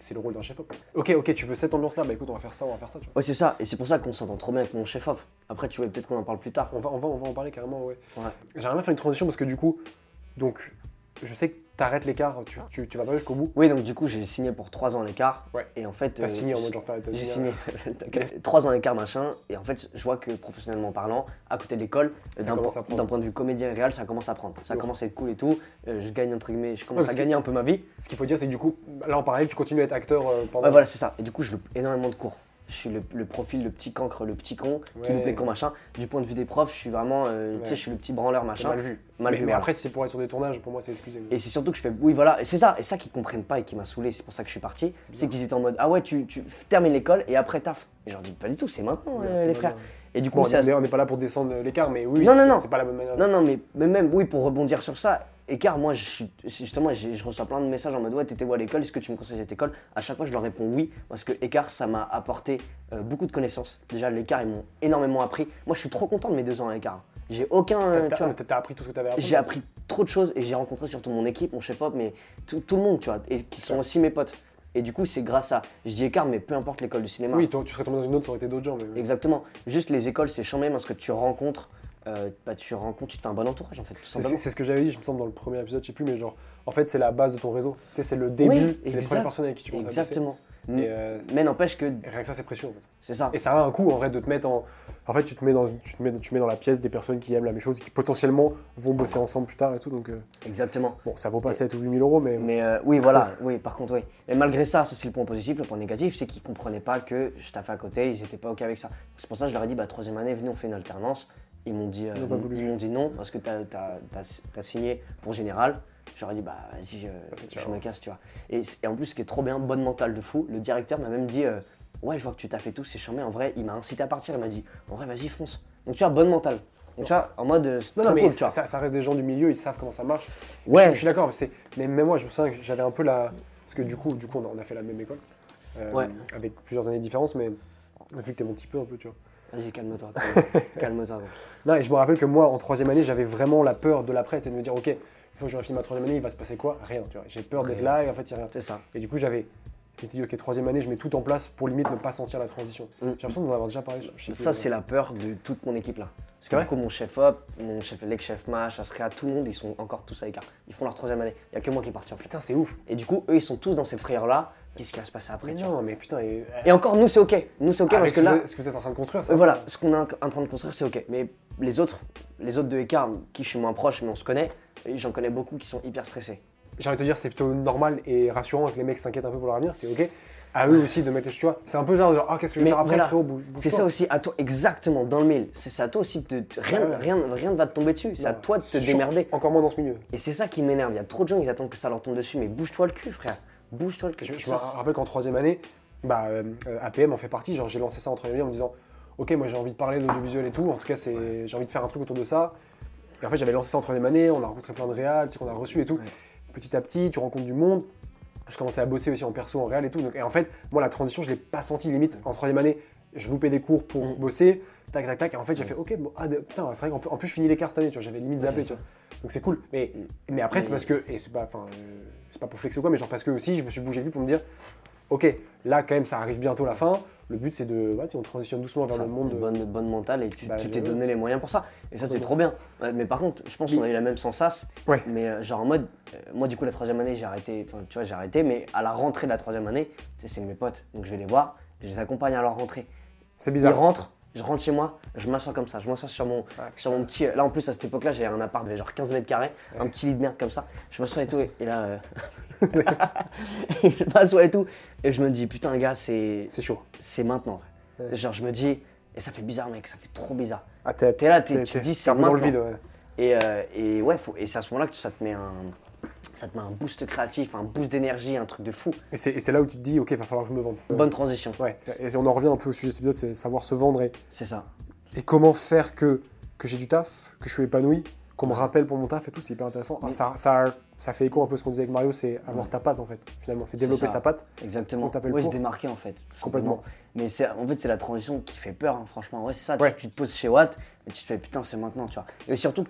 Speaker 3: c'est le rôle d'un chef-op. Ok, ok, tu veux cette ambiance-là, bah écoute, on va faire ça, on va faire ça, tu vois.
Speaker 2: Ouais, c'est ça, et c'est pour ça qu'on s'entend trop bien avec mon chef-op. Après, tu vois, peut-être qu'on en parle plus tard.
Speaker 3: On va, on va, on va en parler carrément, ouais.
Speaker 2: Ouais.
Speaker 3: J'aimerais bien faire une transition parce que du coup, donc, je sais que t'arrêtes l'écart, tu, tu, tu vas pas jusqu'au bout.
Speaker 2: Oui, donc du coup, j'ai signé pour 3 ans à l'écart.
Speaker 3: Ouais.
Speaker 2: Et en fait.
Speaker 3: T'as
Speaker 2: euh,
Speaker 3: signé en mode genre euh, t'as t'as
Speaker 2: J'ai
Speaker 3: signé
Speaker 2: signé (laughs) 3 ans à l'écart, machin. Et en fait, je vois que professionnellement parlant, à côté de l'école,
Speaker 3: Ça
Speaker 2: d'un
Speaker 3: commence
Speaker 2: po-
Speaker 3: à prendre.
Speaker 2: d'un point de vue comédien et réel, ça commence à prendre. Ça
Speaker 3: Lourd.
Speaker 2: commence à être cool et tout. Euh, je gagne, entre guillemets, je
Speaker 3: Ouais,
Speaker 2: commence
Speaker 3: parce
Speaker 2: à
Speaker 3: que-
Speaker 2: gagner un peu ma vie.
Speaker 3: un- Ce qu'il faut dire, c'est que du coup, là en parallèle, tu continues à être acteur euh, pendant.
Speaker 2: Ouais, voilà, c'est ça. Et du coup, je loupe énormément de cours. Je suis le, le profil, le petit cancre, le petit con, qui
Speaker 3: Ouais.
Speaker 2: loupe les cons, machin. Du point de vue des profs, je suis vraiment, euh, tu
Speaker 3: Ouais.
Speaker 2: sais, je suis le petit branleur,
Speaker 3: C'est
Speaker 2: machin.
Speaker 3: mal vu.
Speaker 2: Mal
Speaker 3: mais
Speaker 2: vu,
Speaker 3: mais
Speaker 2: voilà.
Speaker 3: après, si c'est pour être sur des tournages, pour moi, c'est excusé.
Speaker 2: Et c'est surtout que je fais, oui, voilà, et c'est ça, et ça qu'ils comprennent pas et qui m'a saoulé, c'est pour ça que je suis parti, c'est qu'ils étaient en mode, ah ouais, tu, tu termines l'école et après taf. Et je leur dis, pas du tout, c'est maintenant,
Speaker 3: Ouais,
Speaker 2: euh,
Speaker 3: c'est
Speaker 2: les
Speaker 3: maintenant.
Speaker 2: frères. Et du coup,
Speaker 3: Bon,
Speaker 2: c'est à-
Speaker 3: on n'est pas là pour descendre l'écart, mais oui,
Speaker 2: Non, non,
Speaker 3: c'est-
Speaker 2: non.
Speaker 3: c'est pas la bonne manière.
Speaker 2: Non, non, mais, mais même, oui, pour rebondir sur ça, et car moi, je suis, justement, j'ai- je reçois plein de messages en mode Ouais, t'étais où à l'école Est-ce que tu me conseilles cette école À chaque fois, je leur réponds oui, parce que écart, ça m'a apporté euh, beaucoup de connaissances. Déjà, l'écart, ils m'ont énormément appris. Moi, je suis trop content de mes deux ans à écart. J'ai aucun. euh,
Speaker 3: T'as-
Speaker 2: tu vois,
Speaker 3: T'as t'as appris tout ce que t'avais appris.
Speaker 2: j'ai appris trop de choses et j'ai rencontré surtout mon équipe, mon chef-op, mais tout, tout le monde, tu vois, et qui sont aussi mes potes. Et du coup, c'est grâce à. Je dis écart, mais peu importe l'école du cinéma.
Speaker 3: Oui, toi, tu serais tombé dans une autre, ça aurait été d'autres gens. Mais...
Speaker 2: Exactement. Juste les écoles, c'est chambé parce que tu rencontres. euh, bah, tu rencontres, tu te fais un bon entourage en fait, tout
Speaker 3: C'est-
Speaker 2: simplement.
Speaker 3: C'est c'est ce que j'avais dit, je me semble, dans le premier épisode, je sais plus, mais genre, en fait, c'est la base de ton réseau. Tu sais, c'est le début,
Speaker 2: Oui,
Speaker 3: c'est les
Speaker 2: exact.
Speaker 3: premières personnes avec qui tu commences
Speaker 2: Exactement.
Speaker 3: à
Speaker 2: M-
Speaker 3: bosser. Et, euh,
Speaker 2: Mais n'empêche que
Speaker 3: et rien que ça, c'est précieux, en fait.
Speaker 2: c'est ça.
Speaker 3: Et ça a un coût, en vrai, de te mettre en. En fait, tu te mets dans, tu te mets, tu mets dans la pièce des personnes qui aiment la même chose, qui potentiellement vont bosser ensemble plus tard et tout. Donc, euh,
Speaker 2: Exactement.
Speaker 3: bon, ça vaut pas 7 ou 8 000 euros, mais.
Speaker 2: Mais euh, oui, voilà, oui, par contre, oui. Et malgré ça, ça c'est le point positif. Le point négatif, c'est qu'ils comprenaient pas que je taffais à côté, ils étaient pas OK avec ça. C'est pour ça que je leur ai dit, bah, troisième année, venez, on fait une alternance. Ils m'ont dit, euh,
Speaker 3: Ils ont pas voulu.
Speaker 2: ils m'ont dit non, parce que t'as as, signé pour général. J'aurais dit, bah vas-y,
Speaker 3: c'est
Speaker 2: je, je
Speaker 3: ciao.
Speaker 2: me casse, tu vois. Et, c- et en plus, ce qui est trop bien, bonne mentale de fou, le directeur m'a même dit, euh, ouais, je vois que tu t'as fait tout, c'est chambé. En vrai, il m'a incité à partir, il m'a dit, en vrai, vas-y, fonce. Donc tu vois, bonne mentale. Donc tu vois, en mode, euh, c'est
Speaker 3: Non,
Speaker 2: trop
Speaker 3: non, mais
Speaker 2: cool, tu
Speaker 3: ça,
Speaker 2: vois.
Speaker 3: ça- ça reste des gens du milieu, ils savent comment ça marche.
Speaker 2: Ouais.
Speaker 3: Je, je suis d'accord, mais c'est- mais même moi, je me souviens que j'avais un peu la. Parce que du coup, du coup on, a, on a fait la même école. euh,
Speaker 2: Ouais.
Speaker 3: Avec plusieurs années de différence, mais vu que t'es mon petit peu un peu, tu vois.
Speaker 2: Vas-y, calme-toi.
Speaker 3: (laughs)
Speaker 2: calme- Calme-toi. gros.
Speaker 3: Non, et je me rappelle que moi, en troisième année, j'avais vraiment la peur de l'après, et de me dire, ok, une fois que j'aurai fini ma troisième année, il va se passer quoi Rien, tu vois. J'ai peur d'être là, et en fait, il n'y a rien.
Speaker 2: C'est ça.
Speaker 3: Et du coup, j'avais. Je m'étais dit, ok, troisième année, je mets tout en place pour limite ne pas sentir la transition.
Speaker 2: Mm.
Speaker 3: J'ai l'impression d'en avoir déjà parlé. je- je sais
Speaker 2: Ça,
Speaker 3: plus.
Speaker 2: c'est la peur de toute mon équipe là.
Speaker 3: C'est
Speaker 2: C'est
Speaker 3: vrai
Speaker 2: vrai que mon chef op, mon chef, l'ex-chef match, Asrea, tout le monde, ils sont encore tous à écart. Ils font leur troisième année. Il n'y a que moi qui est parti en fait.
Speaker 3: Putain, c'est ouf.
Speaker 2: Et du coup, eux, ils sont tous dans cette frayeur là. Qu'est-ce qui va se passer après
Speaker 3: Mais
Speaker 2: tu vois
Speaker 3: non, Ah, mais putain, et.
Speaker 2: Et encore, nous, c'est ok. Nous, c'est ok
Speaker 3: Avec
Speaker 2: parce
Speaker 3: ce
Speaker 2: que là,
Speaker 3: ce que vous êtes en train de construire, ça.
Speaker 2: euh, voilà, ce qu'on est en- en train de construire, c'est ok. Mais les autres, les autres de écart, qui je suis moins proche, mais on se connaît, et j'en connais beaucoup qui sont hyper stressés.
Speaker 3: j'ai envie de te dire, c'est plutôt normal et rassurant que les mecs s'inquiètent un peu pour leur avenir, c'est ok. À eux aussi de mettre les tu vois. C'est un peu genre, genre ah, qu'est-ce que je
Speaker 2: Mais
Speaker 3: vais faire après,
Speaker 2: voilà,
Speaker 3: frérot bouge- bouge-toi.
Speaker 2: C'est ça aussi, à toi, exactement, dans le mille. C'est c'est à toi aussi, de, de- rien,
Speaker 3: ouais,
Speaker 2: rien, rien ne va te tomber dessus. C'est à
Speaker 3: Non,
Speaker 2: toi de te
Speaker 3: surtout-
Speaker 2: démerder.
Speaker 3: Encore moins dans ce milieu.
Speaker 2: Et c'est ça qui m'énerve. Il y a trop de gens, ils attendent que ça leur tombe dessus. Mais bouge-toi le cul, frère. Bouge-toi le cul.
Speaker 3: Je, je
Speaker 2: Ça,
Speaker 3: me
Speaker 2: c'est-
Speaker 3: rappelle qu'en troisième année, bah, euh, euh, APM en fait partie. Genre, j'ai lancé ça en troisième année en me disant, ok, moi j'ai envie de parler d'audiovisuel et tout. En tout cas, c'est, j'ai envie de faire un truc autour de ça. Et en fait, j'avais lancé ça en troisième année. On a rencontré plein de réals, tu sais, qu'on a reçu et tout. Petit à petit, tu rencontres du monde. Je commençais à bosser aussi en perso, en réel et tout. Donc, et en fait, moi, la transition, je l'ai pas sentie limite en troisième année. Je loupais des cours pour bosser, tac, tac, tac. Et en fait, j'ai fait, ok, bon, ah, de- putain, c'est vrai qu'en plus- en plus, je finis l'écart cette année, tu vois, j'avais limite
Speaker 2: Ouais,
Speaker 3: zappé,
Speaker 2: c'est
Speaker 3: tu vois. Donc c'est cool. Mais, mais après, c'est parce que, et c'est pas, enfin, euh, c'est pas pour flexer ou quoi, mais genre parce que aussi, je me suis bougé le cul pour me dire, ok, là quand même ça arrive bientôt la fin. Le but c'est de, bah, tu sais, on transitionne doucement vers
Speaker 2: Ça,
Speaker 3: le monde. de-
Speaker 2: bonne, bonne mentale et tu
Speaker 3: Bah,
Speaker 2: tu
Speaker 3: je-
Speaker 2: t'es donné les moyens pour ça. Et ça, c'est
Speaker 3: Complètement.
Speaker 2: trop bien. Ouais, Mais par contre, je pense qu'on a eu la même sensation.
Speaker 3: Ouais.
Speaker 2: Mais euh, genre en mode, euh, moi du coup, la troisième année, j'ai arrêté, enfin tu vois, j'ai arrêté, mais à la rentrée de la troisième année, tu sais, c'est mes potes. Donc je vais les voir, je les accompagne à leur rentrée.
Speaker 3: C'est
Speaker 2: Ils
Speaker 3: bizarre.
Speaker 2: rentrent, je rentre chez moi, je m'assois comme ça, je m'assois sur mon, sur mon petit. Là en plus, à cette époque-là, j'avais un appart de genre 15 mètres carrés, un petit lit de merde comme ça. Je m'assois et tout, et, et là. euh, (laughs) je m'assois et tout, et je me dis, putain, gars, c'est
Speaker 3: C'est chaud.
Speaker 2: c'est maintenant. Genre, je me dis, et ça fait bizarre, mec, ça fait trop bizarre.
Speaker 3: Ah,
Speaker 2: T'es là, t'es-
Speaker 3: t'es-
Speaker 2: tu
Speaker 3: t'es-
Speaker 2: dis,
Speaker 3: t'es
Speaker 2: c'est
Speaker 3: un peu dans le
Speaker 2: maintenant.
Speaker 3: vide. ouais.
Speaker 2: Et, euh, et ouais, faut- et c'est à ce moment-là que ça te met un, ça te met un boost créatif, un boost d'énergie, un truc de fou.
Speaker 3: Et c'est et c'est là où tu te dis, ok, va falloir que je me vende.
Speaker 2: Bonne transition,
Speaker 3: Ouais. Et on en revient un peu au sujet de cet épisode, c'est savoir se vendre et,
Speaker 2: c'est ça.
Speaker 3: et comment faire que, que j'ai du taf, que je suis épanoui, qu'on me rappelle pour mon taf et tout, c'est hyper intéressant. Ah,
Speaker 2: Mais-
Speaker 3: ça, ça, ça fait écho un peu à ce qu'on disait avec Mario, c'est avoir ta patte en fait, finalement, c'est développer
Speaker 2: ça.
Speaker 3: sa patte.
Speaker 2: Exactement.
Speaker 3: On t'appelle
Speaker 2: Ouais, se
Speaker 3: pour.
Speaker 2: démarquer en fait. tout
Speaker 3: Complètement.
Speaker 2: simplement. Mais c'est, en fait, c'est la transition qui fait peur, hein, franchement. Ouais, c'est ça. tu-
Speaker 3: Ouais.
Speaker 2: Tu, te poses chez Watt et tu te fais putain, c'est maintenant, tu vois. Et surtout,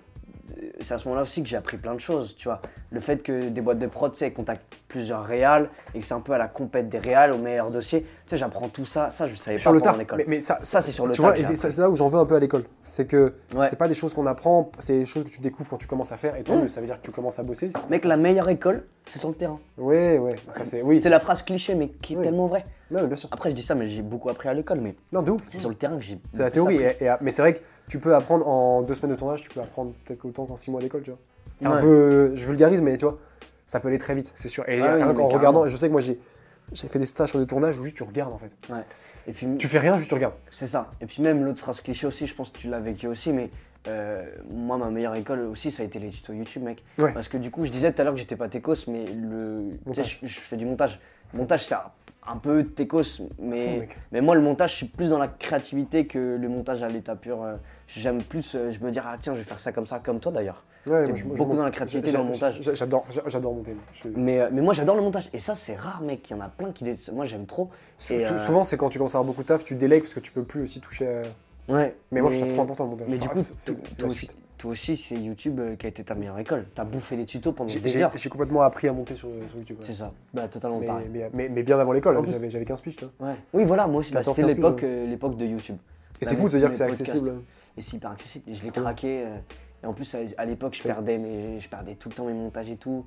Speaker 2: euh, c'est à ce moment-là aussi que j'ai appris plein de choses, tu vois. Le fait que des boîtes de prod, tu sais, contactent plusieurs réals et que c'est un peu à la compète des réals, au meilleur dossier. Tu sais, j'apprends tout ça. Ça, je savais
Speaker 3: sur
Speaker 2: pas
Speaker 3: le
Speaker 2: pendant
Speaker 3: tard.
Speaker 2: l'école.
Speaker 3: Mais, mais ça,
Speaker 2: Ça, c'est sur le
Speaker 3: tu
Speaker 2: tard,
Speaker 3: vois, et
Speaker 2: j'ai
Speaker 3: c'est c'est là où j'en veux un peu à l'école. C'est que
Speaker 2: Ouais.
Speaker 3: c'est pas des choses qu'on apprend, c'est des choses que tu découvres quand tu commences à faire. Et tant
Speaker 2: Mmh.
Speaker 3: mieux, ça veut dire que tu commences à bosser. c'est-
Speaker 2: Mec, la meilleure école, c'est sur le terrain.
Speaker 3: Ouais, ouais. Ça c'est oui.
Speaker 2: C'est la phrase cliché, mais qui est
Speaker 3: Oui.
Speaker 2: tellement vraie.
Speaker 3: Non, mais bien sûr.
Speaker 2: Après, je dis ça, mais j'ai beaucoup appris à l'école, mais
Speaker 3: Non, de ouf.
Speaker 2: c'est sur le terrain que j'ai.
Speaker 3: C'est la
Speaker 2: le plus
Speaker 3: théorie.
Speaker 2: appris.
Speaker 3: et- et- mais c'est vrai que tu peux apprendre en deux semaines de tournage, tu peux apprendre peut-être autant qu'en six mois d'école, tu vois. C'est un
Speaker 2: Ouais.
Speaker 3: peu, je vulgarise, mais tu vois, ça peut aller très vite, c'est sûr.
Speaker 2: Ah
Speaker 3: Et
Speaker 2: oui,
Speaker 3: rien
Speaker 2: non, mais
Speaker 3: qu'en
Speaker 2: carrément.
Speaker 3: regardant, je sais que moi j'ai, j'ai fait des stages sur des tournages où juste tu regardes en fait.
Speaker 2: Ouais. Et puis,
Speaker 3: Tu fais rien, juste tu regardes.
Speaker 2: C'est ça. Et puis même l'autre phrase cliché aussi, je pense que tu l'as vécu aussi, mais euh, moi, ma meilleure école aussi, ça a été les tutos YouTube, mec.
Speaker 3: Ouais.
Speaker 2: Parce que du coup, je disais tout à l'heure que j'étais pas techos, mais le, tu sais,
Speaker 3: Montage.
Speaker 2: je, je fais du montage. Montage, c'est un- un peu techos,
Speaker 3: Fou,
Speaker 2: mais,
Speaker 3: mec.
Speaker 2: mais moi, le montage, je suis plus dans la créativité que le montage à l'état pur. euh, J'aime plus, euh, je me dire, ah tiens, je vais faire ça comme ça, comme toi d'ailleurs.
Speaker 3: Ouais,
Speaker 2: T'es
Speaker 3: moi, je- moi, je
Speaker 2: beaucoup
Speaker 3: monte.
Speaker 2: dans la créativité,
Speaker 3: J'a-
Speaker 2: dans le
Speaker 3: j'a-
Speaker 2: montage.
Speaker 3: j'a- J'adore, j'a- j'adore monter. moi. Je-
Speaker 2: Mais, euh, mais moi, j'adore le montage. Et ça, c'est rare, mec. Il y en a plein qui. dé- Moi, j'aime trop.
Speaker 3: sou-
Speaker 2: Et,
Speaker 3: sou-
Speaker 2: euh,
Speaker 3: Souvent, c'est quand tu commences à avoir beaucoup de taf, tu délègues parce que tu peux plus aussi toucher. à-
Speaker 2: Ouais.
Speaker 3: Mais moi, je trouve trop important le montage.
Speaker 2: Mais du
Speaker 3: Enfin,
Speaker 2: coup,
Speaker 3: Ah, c'est- c'est-
Speaker 2: to-
Speaker 3: c'est la
Speaker 2: toi aussi,
Speaker 3: suite.
Speaker 2: toi aussi, c'est YouTube euh, qui a été ta meilleure école. T'as bouffé les tutos pendant
Speaker 3: J'ai-
Speaker 2: des
Speaker 3: j'ai
Speaker 2: heures.
Speaker 3: j'ai complètement appris à monter sur, sur YouTube. ouais.
Speaker 2: C'est ça. Bah, totalement
Speaker 3: Mais, euh,
Speaker 2: pareil.
Speaker 3: mais- mais- mais bien avant l'école, hein,
Speaker 2: En plus-
Speaker 3: j'avais j'avais 15 piges, tu vois.
Speaker 2: Ouais. Oui, voilà, moi aussi. bah,
Speaker 3: 14,
Speaker 2: C'était
Speaker 3: 15,
Speaker 2: l'époque
Speaker 3: ouais.
Speaker 2: euh, l'époque de YouTube.
Speaker 3: Et
Speaker 2: Bah,
Speaker 3: c'est fou de
Speaker 2: mes-
Speaker 3: se dire
Speaker 2: mes
Speaker 3: que c'est
Speaker 2: podcasts.
Speaker 3: accessible.
Speaker 2: Et c'est hyper accessible. Et je l'ai
Speaker 3: trop bien.
Speaker 2: craqué. euh, et en plus, à, à l'époque, je
Speaker 3: C'est-
Speaker 2: perdais, mais je perdais tout le temps mes montages et tout.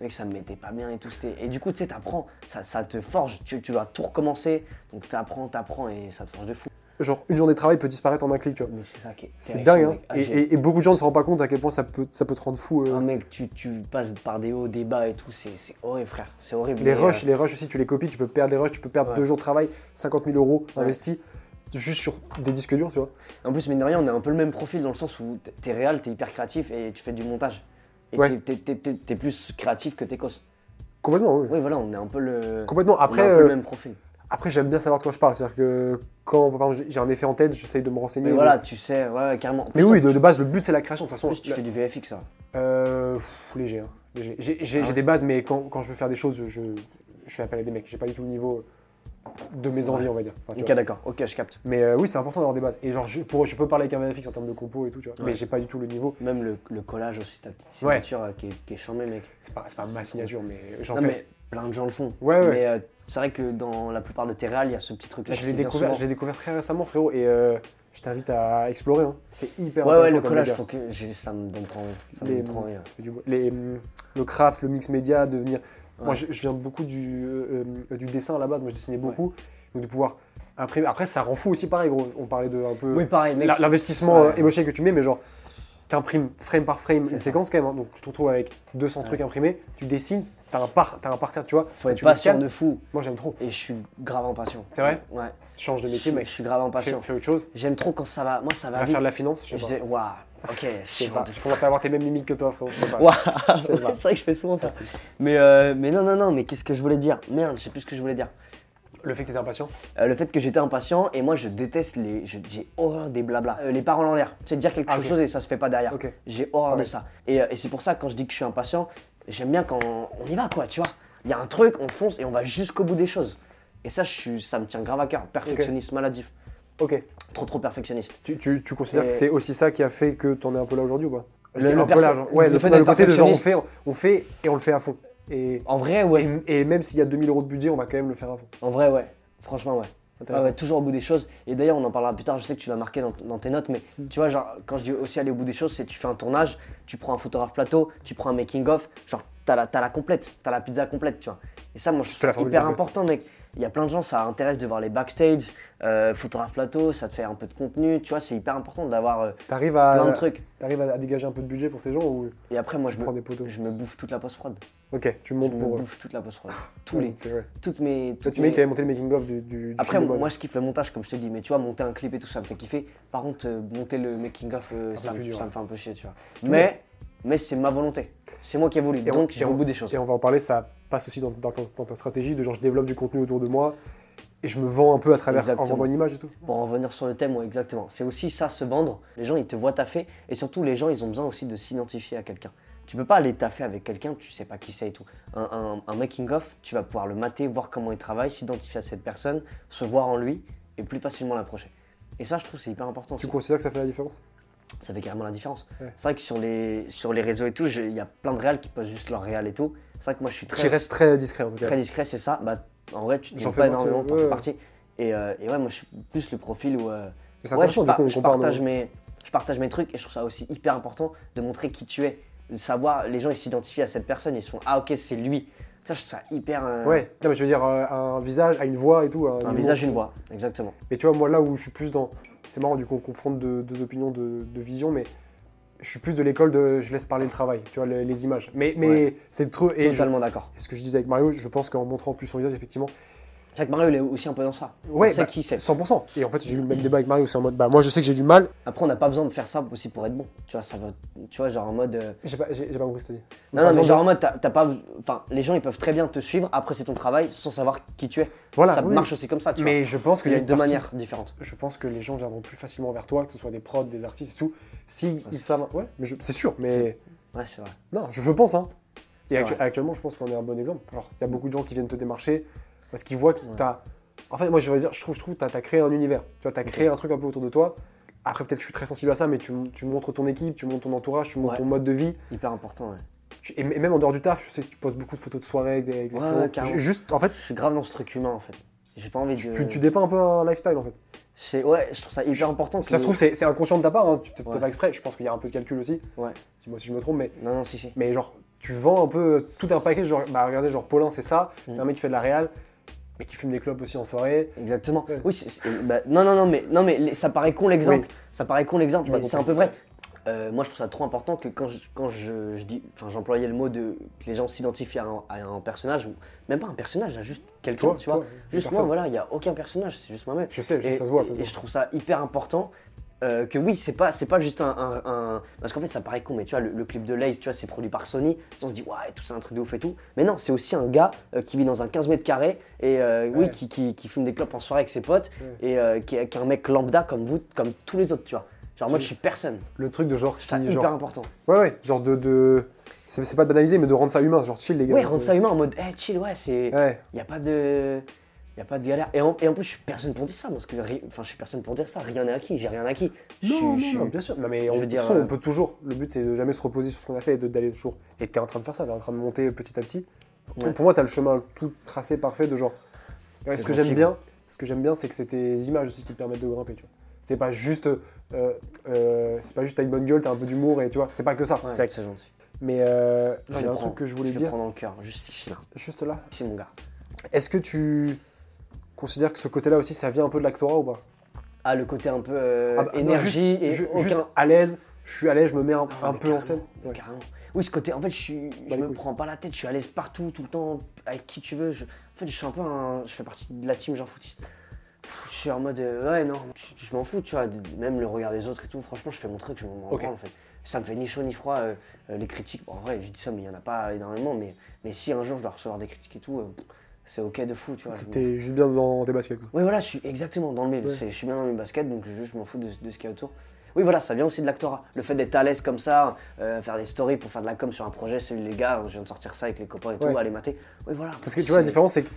Speaker 2: Mec, ça me mettait pas bien et tout. c'était- Et du coup, tu sais, t'apprends. Ça, ça te forge. Tu, tu dois tout recommencer. Donc, t'apprends, t'apprends et ça te forge de fou.
Speaker 3: Genre, une journée de travail peut disparaître en un clic, tu vois.
Speaker 2: Mais c'est ça qui est.
Speaker 3: C'est
Speaker 2: terrifiant,
Speaker 3: dingue, hein.
Speaker 2: mec. Ah,
Speaker 3: et,
Speaker 2: j'ai-
Speaker 3: et- et beaucoup de gens ne se rendent pas compte à quel point ça peut, ça peut te rendre fou. euh,
Speaker 2: Ah mec, tu, tu passes par des hauts, des bas et tout, c'est c'est horrible frère, c'est horrible.
Speaker 3: les
Speaker 2: Mais,
Speaker 3: rushs,
Speaker 2: euh,
Speaker 3: les rushs aussi, tu les copies, tu peux perdre des rushs, tu peux perdre
Speaker 2: Ouais.
Speaker 3: deux jours de travail, 50 000 euros
Speaker 2: Ouais.
Speaker 3: investis juste sur des disques durs, tu vois.
Speaker 2: euh, En plus, mine de rien, on a un peu le même profil dans le sens où t- t'es réel, t'es hyper créatif et tu fais du montage. Et
Speaker 3: Ouais.
Speaker 2: t'es- t'es- t'es t'es- t'es plus créatif que t'es cos.
Speaker 3: Complètement, oui.
Speaker 2: Oui, voilà, on est un peu le,
Speaker 3: Complètement.
Speaker 2: on est un
Speaker 3: Après,
Speaker 2: peu le
Speaker 3: euh,
Speaker 2: même profil.
Speaker 3: après j'aime bien savoir de quoi je parle. C'est-à-dire que quand par exemple, j'ai- j'ai un effet en tête, j'essaye de me renseigner.
Speaker 2: Mais voilà, tu sais, ouais, ouais, carrément. En
Speaker 3: Mais
Speaker 2: plus,
Speaker 3: oui,
Speaker 2: toi,
Speaker 3: de, de base, le but c'est la création. De toute
Speaker 2: en
Speaker 3: façon,
Speaker 2: plus, tu
Speaker 3: la-
Speaker 2: fais du VFX, ça.
Speaker 3: Euh, pff, léger, hein, léger. J'ai j'ai-
Speaker 2: Ah
Speaker 3: j'ai
Speaker 2: ouais.
Speaker 3: des bases, mais quand, quand je veux faire des choses, je, je, je fais appel à des mecs. J'ai pas du tout le niveau de mes envies,
Speaker 2: Ouais.
Speaker 3: on va dire. Enfin, tu
Speaker 2: Ok,
Speaker 3: vois.
Speaker 2: d'accord, ok, je capte.
Speaker 3: Mais euh, oui, c'est important d'avoir des bases. Et genre, je, pour, je peux parler avec un magnifique en termes de compo et tout, tu vois.
Speaker 2: Ouais.
Speaker 3: Mais j'ai pas du tout le niveau.
Speaker 2: Même le, le collage aussi, ta petite
Speaker 3: Ouais.
Speaker 2: signature euh, qui, est, qui est charmée, mec.
Speaker 3: C'est pas, c'est pas ma signature, mais j'en
Speaker 2: Non,
Speaker 3: fais.
Speaker 2: mais plein de gens le font.
Speaker 3: Ouais, ouais.
Speaker 2: Mais euh, c'est vrai que dans la plupart de tes réals, il y a ce petit truc-là.
Speaker 3: Je
Speaker 2: qui
Speaker 3: l'ai
Speaker 2: vient
Speaker 3: découvert,
Speaker 2: souvent.
Speaker 3: je l'ai découvert très récemment, frérot. Et euh, je t'invite à explorer. hein. C'est hyper
Speaker 2: Ouais, ouais,
Speaker 3: intéressant.
Speaker 2: le
Speaker 3: comme
Speaker 2: collage,
Speaker 3: délire.
Speaker 2: faut que j'ai- ça me donne trop envie. Ça me
Speaker 3: les,
Speaker 2: donne trop envie. ouais.
Speaker 3: ça fait du beau- les, hum, le craft, le mix média, devenir. Moi,
Speaker 2: Ouais.
Speaker 3: je, je viens beaucoup du, euh, euh, du dessin à la base. Moi, je dessinais beaucoup. Donc, de pouvoir imprimer. Après, ça rend fou aussi, pareil, gros. On parlait de un peu
Speaker 2: Oui, pareil, mec.
Speaker 3: la-
Speaker 2: c'est-
Speaker 3: l'investissement
Speaker 2: ouais.
Speaker 3: euh, émotionnel que tu mets, mais genre, t'imprimes frame par frame
Speaker 2: C'est
Speaker 3: une
Speaker 2: ça.
Speaker 3: séquence quand même. hein. Donc, tu te retrouves avec 200 trucs imprimés, tu dessines, t'as un, par, t'as un parterre, tu vois.
Speaker 2: Faut être
Speaker 3: tu le
Speaker 2: patient
Speaker 3: scannes.
Speaker 2: de fou.
Speaker 3: Moi, j'aime trop.
Speaker 2: Et je suis grave impatient.
Speaker 3: C'est vrai
Speaker 2: Ouais.
Speaker 3: Change de
Speaker 2: Je,
Speaker 3: métier,
Speaker 2: suis-
Speaker 3: mec.
Speaker 2: je suis grave
Speaker 3: Fais,
Speaker 2: impatient.
Speaker 3: fais autre chose.
Speaker 2: J'aime trop quand ça va. Moi, ça va
Speaker 3: Va
Speaker 2: vite.
Speaker 3: faire de la finance, je
Speaker 2: Et
Speaker 3: sais
Speaker 2: je
Speaker 3: pas.
Speaker 2: dis, waouh, ok,
Speaker 3: Je sais
Speaker 2: chiant
Speaker 3: pas.
Speaker 2: de
Speaker 3: (laughs) Je
Speaker 2: fou.
Speaker 3: commence à avoir tes mêmes limites que toi, frérot. Je sais pas.
Speaker 2: Waouh,
Speaker 3: sais pas.
Speaker 2: ouais, c'est vrai que je fais souvent ça. Mais, euh, mais non, non, non, mais qu'est-ce que je voulais dire Merde, je sais plus ce que je voulais dire.
Speaker 3: Le fait que t'étais impatient.
Speaker 2: Euh, le fait que j'étais impatient et moi je déteste les. je- J'ai horreur des blabla. Euh, les paroles en l'air. C'est dire quelque
Speaker 3: Ah, ok.
Speaker 2: chose et ça se fait pas derrière.
Speaker 3: Ok.
Speaker 2: J'ai horreur de
Speaker 3: Ouais.
Speaker 2: ça. Et, euh, et c'est pour ça quand je dis que je suis impatient, j'aime bien quand on y va quoi, tu vois. Il y a un truc, on fonce et on va jusqu'au bout des choses. Et ça, je suis, ça me tient grave à cœur. Perfectionniste maladif.
Speaker 3: Ok.
Speaker 2: Trop, trop perfectionniste.
Speaker 3: Tu, tu- tu considères
Speaker 2: Et-
Speaker 3: que c'est aussi ça qui a fait que t'en es un peu là aujourd'hui ou pas Je
Speaker 2: Le-
Speaker 3: dis
Speaker 2: le
Speaker 3: un peu
Speaker 2: perfe-
Speaker 3: là, genre. Ouais,
Speaker 2: le
Speaker 3: le,
Speaker 2: fait
Speaker 3: le
Speaker 2: d'être
Speaker 3: côté de genre on fait,
Speaker 2: perfectionniste.
Speaker 3: on fait et on le fait à fond. Et,
Speaker 2: En vrai, ouais.
Speaker 3: et, et même s'il y a 2000 euros de budget, on va quand même le faire avant.
Speaker 2: En vrai, ouais. Franchement, ouais.
Speaker 3: Intéressant.
Speaker 2: Ah ouais, toujours au bout des choses. Et d'ailleurs, on en parlera plus tard. Je sais que tu l'as marqué dans, dans tes notes, mais
Speaker 3: Mm.
Speaker 2: tu vois, genre, quand je dis aussi aller au bout des choses, c'est tu fais un tournage, tu prends un photographe plateau, tu prends un making-of, genre, t'as la, t'as la complète, t'as la pizza complète, tu vois. Et ça, moi, je
Speaker 3: fais la
Speaker 2: trouve ça
Speaker 3: formule
Speaker 2: hyper
Speaker 3: complète.
Speaker 2: important, mec. Il y a plein de gens, ça intéresse de voir les backstage, euh, photographe plateau, ça te fait un peu de contenu, tu vois, c'est hyper important d'avoir euh,
Speaker 3: T'arrives à,
Speaker 2: plein de trucs.
Speaker 3: t'arrives à à dégager un peu de budget pour ces gens ou
Speaker 2: Et après, moi,
Speaker 3: tu
Speaker 2: je me,
Speaker 3: prends des poteaux
Speaker 2: je me bouffe toute la post-prod.
Speaker 3: Ok, tu
Speaker 2: Je
Speaker 3: montes
Speaker 2: me
Speaker 3: pour.
Speaker 2: bouffe toute la post-prod. Tous les,
Speaker 3: Ouais.
Speaker 2: toutes mes.
Speaker 3: Toi,
Speaker 2: toutes
Speaker 3: tu m'as dit
Speaker 2: mes-
Speaker 3: que t'avais monté le making-of du, du, du
Speaker 2: Après,
Speaker 3: film,
Speaker 2: moi,
Speaker 3: ouais.
Speaker 2: je kiffe le montage, comme je te dis, mais tu vois, monter un clip et tout, ça me fait kiffer. Par contre, euh, monter le making-of, euh,
Speaker 3: C'est un
Speaker 2: ça,
Speaker 3: peu
Speaker 2: me-
Speaker 3: plus dur,
Speaker 2: ça me
Speaker 3: ouais.
Speaker 2: fait un peu chier, tu vois. Mais, mais c'est ma volonté. C'est moi qui ai voulu,
Speaker 3: Et on-
Speaker 2: donc
Speaker 3: et
Speaker 2: je vais
Speaker 3: on-
Speaker 2: au bout des choses.
Speaker 3: Et on va en parler, ça passe aussi dans, dans ta, dans ta stratégie de genre je développe du contenu autour de moi et je me vends un peu à travers en
Speaker 2: Exactement.
Speaker 3: vendant une image et tout.
Speaker 2: Pour en revenir sur le thème, ouais, exactement. C'est aussi ça, se vendre. Les gens, ils te voient taffer, et surtout, les gens, ils ont besoin aussi de s'identifier à quelqu'un. Tu peux pas aller taffer avec quelqu'un, tu sais pas qui c'est et tout. Un, un- un making-of, tu vas pouvoir le mater, voir comment il travaille, s'identifier à cette personne, se voir en lui, et plus facilement l'approcher. Et ça, je trouve, c'est hyper important.
Speaker 3: Tu
Speaker 2: aussi.
Speaker 3: considères que ça fait la différence
Speaker 2: ça fait carrément la différence.
Speaker 3: Ouais.
Speaker 2: C'est vrai que sur les, sur les réseaux et tout, je- il y a plein de réals qui postent juste leur réal et tout. C'est vrai que moi je suis
Speaker 3: Tu
Speaker 2: très,
Speaker 3: restes très discret en tout cas.
Speaker 2: très discret, c'est ça. Bah, en vrai, tu
Speaker 3: J'en
Speaker 2: t'en
Speaker 3: fais
Speaker 2: pas
Speaker 3: partie,
Speaker 2: énormément, t'en
Speaker 3: ouais, ouais.
Speaker 2: fais partie. Et, euh, et ouais, moi je suis plus le profil où. euh,
Speaker 3: C'est
Speaker 2: ouais, je,
Speaker 3: intéressant
Speaker 2: par-
Speaker 3: du coup on
Speaker 2: je
Speaker 3: compare. nos-
Speaker 2: partage mes, je partage mes trucs et je trouve ça aussi hyper important de montrer qui tu es. De savoir, les gens ils s'identifient à cette personne, ils se font Ah ok, c'est lui. Ça, je trouve ça hyper. euh,
Speaker 3: Ouais, non, mais je veux dire euh, un visage, à une voix et tout.
Speaker 2: Un visage, une voix, exactement.
Speaker 3: Mais tu vois, moi là où je suis plus dans. C'est marrant, du coup, on confronte deux, deux opinions de, de vision, mais je suis plus de l'école de je laisse parler le travail, tu vois, les, les images. Mais, mais
Speaker 2: Ouais.
Speaker 3: c'est trop. Et je-
Speaker 2: Totalement d'accord.
Speaker 3: ce que je disais avec Mario, je pense qu'en montrant plus son visage, effectivement.
Speaker 2: Jack Mario, il est aussi un peu dans ça.
Speaker 3: Ouais,
Speaker 2: on sait
Speaker 3: bah,
Speaker 2: qui c'est.
Speaker 3: 100%. Et en fait, j'ai eu le même débat avec Mario, c'est en mode, bah moi je sais que j'ai du mal.
Speaker 2: Après, on n'a pas besoin de faire ça aussi pour être bon. Tu vois, ça va, tu vois genre en mode. euh,
Speaker 3: J'ai pas, j'ai- j'ai pas compris ce que t'as dit.
Speaker 2: Non,
Speaker 3: Par
Speaker 2: non, mais
Speaker 3: exemple,
Speaker 2: genre en mode, t'as t'as pas. Enfin, les gens, ils peuvent très bien te suivre. Après, c'est ton travail sans savoir qui tu es.
Speaker 3: Voilà,
Speaker 2: Ça
Speaker 3: oui.
Speaker 2: marche aussi comme ça, tu
Speaker 3: Mais
Speaker 2: vois.
Speaker 3: je pense qu'il y a
Speaker 2: Mais
Speaker 3: une
Speaker 2: de
Speaker 3: partie-
Speaker 2: manière différente.
Speaker 3: Je pense que les gens viendront plus facilement vers toi, que ce soit des prods, des artistes et tout, si ils
Speaker 2: c'est-
Speaker 3: savent. Ouais, mais je- c'est sûr, mais.
Speaker 2: C'est- Ouais, c'est vrai.
Speaker 3: Non, je, je pense, hein. Et
Speaker 2: C'est
Speaker 3: actu-
Speaker 2: vrai.
Speaker 3: actuellement, je pense que t'en es un bon exemple. Alors, il y a beaucoup de gens qui viennent te démarcher parce qu'ils voient que
Speaker 2: Ouais.
Speaker 3: t'as. En fait, moi, je vais dire, je trouve, je trouve, t'as t'as créé un univers. Tu vois, t'as créé un truc un peu autour de toi. Après, peut-être que je suis très sensible à ça, mais tu, tu montres ton équipe, tu montres ton entourage, tu montres
Speaker 2: Ouais.
Speaker 3: ton mode de vie.
Speaker 2: Hyper important, ouais.
Speaker 3: Tu- et m- et même en dehors du taf, je sais que tu poses beaucoup de photos de soirée avec des, avec des
Speaker 2: Ouais,
Speaker 3: frérots.
Speaker 2: ouais, carrément.
Speaker 3: Ju- Juste, en fait,
Speaker 2: Je suis grave dans ce truc humain, en fait. J'ai pas envie
Speaker 3: tu,
Speaker 2: de.
Speaker 3: tu- tu dépeins un peu un lifestyle, en fait.
Speaker 2: C'est- Ouais, je trouve ça hyper important.
Speaker 3: Si ça
Speaker 2: que-
Speaker 3: se trouve, c'est c'est inconscient de ta part, hein, tu peut-être
Speaker 2: Ouais.
Speaker 3: pas exprès. Je pense qu'il y a un peu de calcul aussi.
Speaker 2: Ouais.
Speaker 3: Dis-moi si je me trompe, mais
Speaker 2: Non, non, si, si.
Speaker 3: Mais genre, tu vends un peu tout un paquet, genre, bah regardez, genre Paulin, c'est ça, c'est
Speaker 2: Mm.
Speaker 3: un mec qui fait de la réal, mais qui fume des clopes aussi en soirée.
Speaker 2: Exactement.
Speaker 3: Ouais.
Speaker 2: Oui, c'est- c'est- bah, non, non, non, mais, non, mais les- ça paraît con l'exemple.
Speaker 3: Oui.
Speaker 2: Ça paraît con l'exemple,
Speaker 3: Tu m'as
Speaker 2: mais c'est un
Speaker 3: compris.
Speaker 2: peu vrai. Euh, moi, je trouve ça trop important que quand je, quand je, je dis, enfin, j'employais le mot de que les gens s'identifient à, un- à un personnage ou même pas un personnage, à juste quelqu'un,
Speaker 3: Toi,
Speaker 2: tu
Speaker 3: toi,
Speaker 2: vois.
Speaker 3: une
Speaker 2: Juste moi,
Speaker 3: personne.
Speaker 2: voilà, il y a aucun personnage, c'est juste moi-même.
Speaker 3: Je sais, je-
Speaker 2: Et,
Speaker 3: ça se voit. Ça
Speaker 2: et-
Speaker 3: se voit.
Speaker 2: et je trouve ça hyper important euh, que oui, c'est pas, c'est pas juste un, un- un- Parce qu'en fait, ça paraît con, mais tu vois, le, le clip de Lace, tu vois, c'est produit par Sony. On se dit, ouais, tout ça, un truc de ouf et tout. Mais non, c'est aussi un gars euh, qui vit dans un 15 mètres carrés et euh,
Speaker 3: Ouais.
Speaker 2: oui, qui, qui- qui fume des clopes en soirée avec ses potes
Speaker 3: Ouais.
Speaker 2: et euh, qui, est, qui est un mec lambda comme vous, comme tous les autres, tu vois. Genre, moi, je suis personne.
Speaker 3: Le truc de genre, si,
Speaker 2: C'est hyper
Speaker 3: genre.
Speaker 2: important.
Speaker 3: Ouais, ouais, genre de. de... C'est c'est pas de banaliser, mais de rendre ça humain, genre chill les gars.
Speaker 2: Ouais,
Speaker 3: c'est-
Speaker 2: rendre ça humain en mode, eh, chill, ouais, c'est.
Speaker 3: Ouais,
Speaker 2: Il n'y a pas de. Y a pas de galère. Et en, et en plus, je suis personne pour dire ça. Parce que, ri- enfin, je suis personne pour dire ça. Rien n'est acquis. J'ai rien acquis. Je suis-
Speaker 3: non,
Speaker 2: je
Speaker 3: non,
Speaker 2: suis-
Speaker 3: non, bien sûr. Non, mais
Speaker 2: je
Speaker 3: on,
Speaker 2: veux
Speaker 3: de toute
Speaker 2: dire,
Speaker 3: façon,
Speaker 2: euh,
Speaker 3: on peut toujours. Le but, c'est de jamais se reposer sur ce qu'on a fait et de- d'aller toujours. Et t'es en train de faire ça, t'es en train de monter petit à petit. Pour,
Speaker 2: Ouais.
Speaker 3: pour moi, t'as le chemin tout tracé parfait de genre. Ouais, ce
Speaker 2: C'est
Speaker 3: que
Speaker 2: gentil,
Speaker 3: j'aime bien, ce que j'aime bien, c'est que c'est tes images aussi qui te permettent de grimper. Tu vois, c'est pas juste, euh, euh, c'est pas juste t'as une bonne gueule, t'as un peu d'humour et tu vois, c'est pas que ça.
Speaker 2: Ouais,
Speaker 3: C'est-
Speaker 2: c'est gentil.
Speaker 3: Mais euh,
Speaker 2: Je
Speaker 3: j'ai
Speaker 2: le
Speaker 3: un
Speaker 2: prends.
Speaker 3: truc que je voulais
Speaker 2: le
Speaker 3: dire,
Speaker 2: prends dans le cœur, juste ici, là.
Speaker 3: juste là.
Speaker 2: Ici, mon gars.
Speaker 3: Est-ce que tu considères que ce côté-là aussi, ça vient un peu de l'actora ou pas
Speaker 2: Ah, le côté un peu euh,
Speaker 3: Ah bah, non,
Speaker 2: énergie
Speaker 3: juste-
Speaker 2: et
Speaker 3: ju-
Speaker 2: aucun...
Speaker 3: juste à l'aise. Je suis à l'aise, je me mets un,
Speaker 2: Ah,
Speaker 3: un
Speaker 2: mais
Speaker 3: peu en
Speaker 2: carrément,
Speaker 3: scène.
Speaker 2: mais
Speaker 3: Ouais.
Speaker 2: carrément. Oui, ce côté, en fait, je, suis- je
Speaker 3: Bah,
Speaker 2: me
Speaker 3: écoute.
Speaker 2: prends pas la tête, je suis à l'aise partout, tout le temps, avec qui tu veux. Je- en fait, je suis un peu un. Je fais partie de la team Jean Foutiste. Pff, Je suis en mode, euh, ouais, non, je, je m'en fous, tu vois, de- de- même le regard des autres et tout. Franchement, je fais mon truc, je m'en rends
Speaker 3: Ok.
Speaker 2: en fait. Ça me fait ni chaud ni froid. euh, euh, les critiques, bon, en vrai, je dis ça, mais il y en a pas énormément. Mais, mais si un jour je dois recevoir des critiques et tout, euh, c'est ok de fou, tu vois. je m'en
Speaker 3: T'es juste bien dans tes baskets. quoi.
Speaker 2: Oui, voilà, je suis exactement dans le mail.
Speaker 3: Ouais.
Speaker 2: Je suis bien dans mes baskets, donc je, je m'en fous de, de ce qu'il y a autour. Oui, voilà, ça vient aussi de l'actora. Le fait d'être à l'aise comme ça, euh, faire des stories pour faire de la com sur un projet, celui les gars, je viens de sortir ça avec les copains et
Speaker 3: Ouais.
Speaker 2: tout, aller mater. Oui, voilà.
Speaker 3: Parce que tu vois, la
Speaker 2: C'est-
Speaker 3: différence, c'est que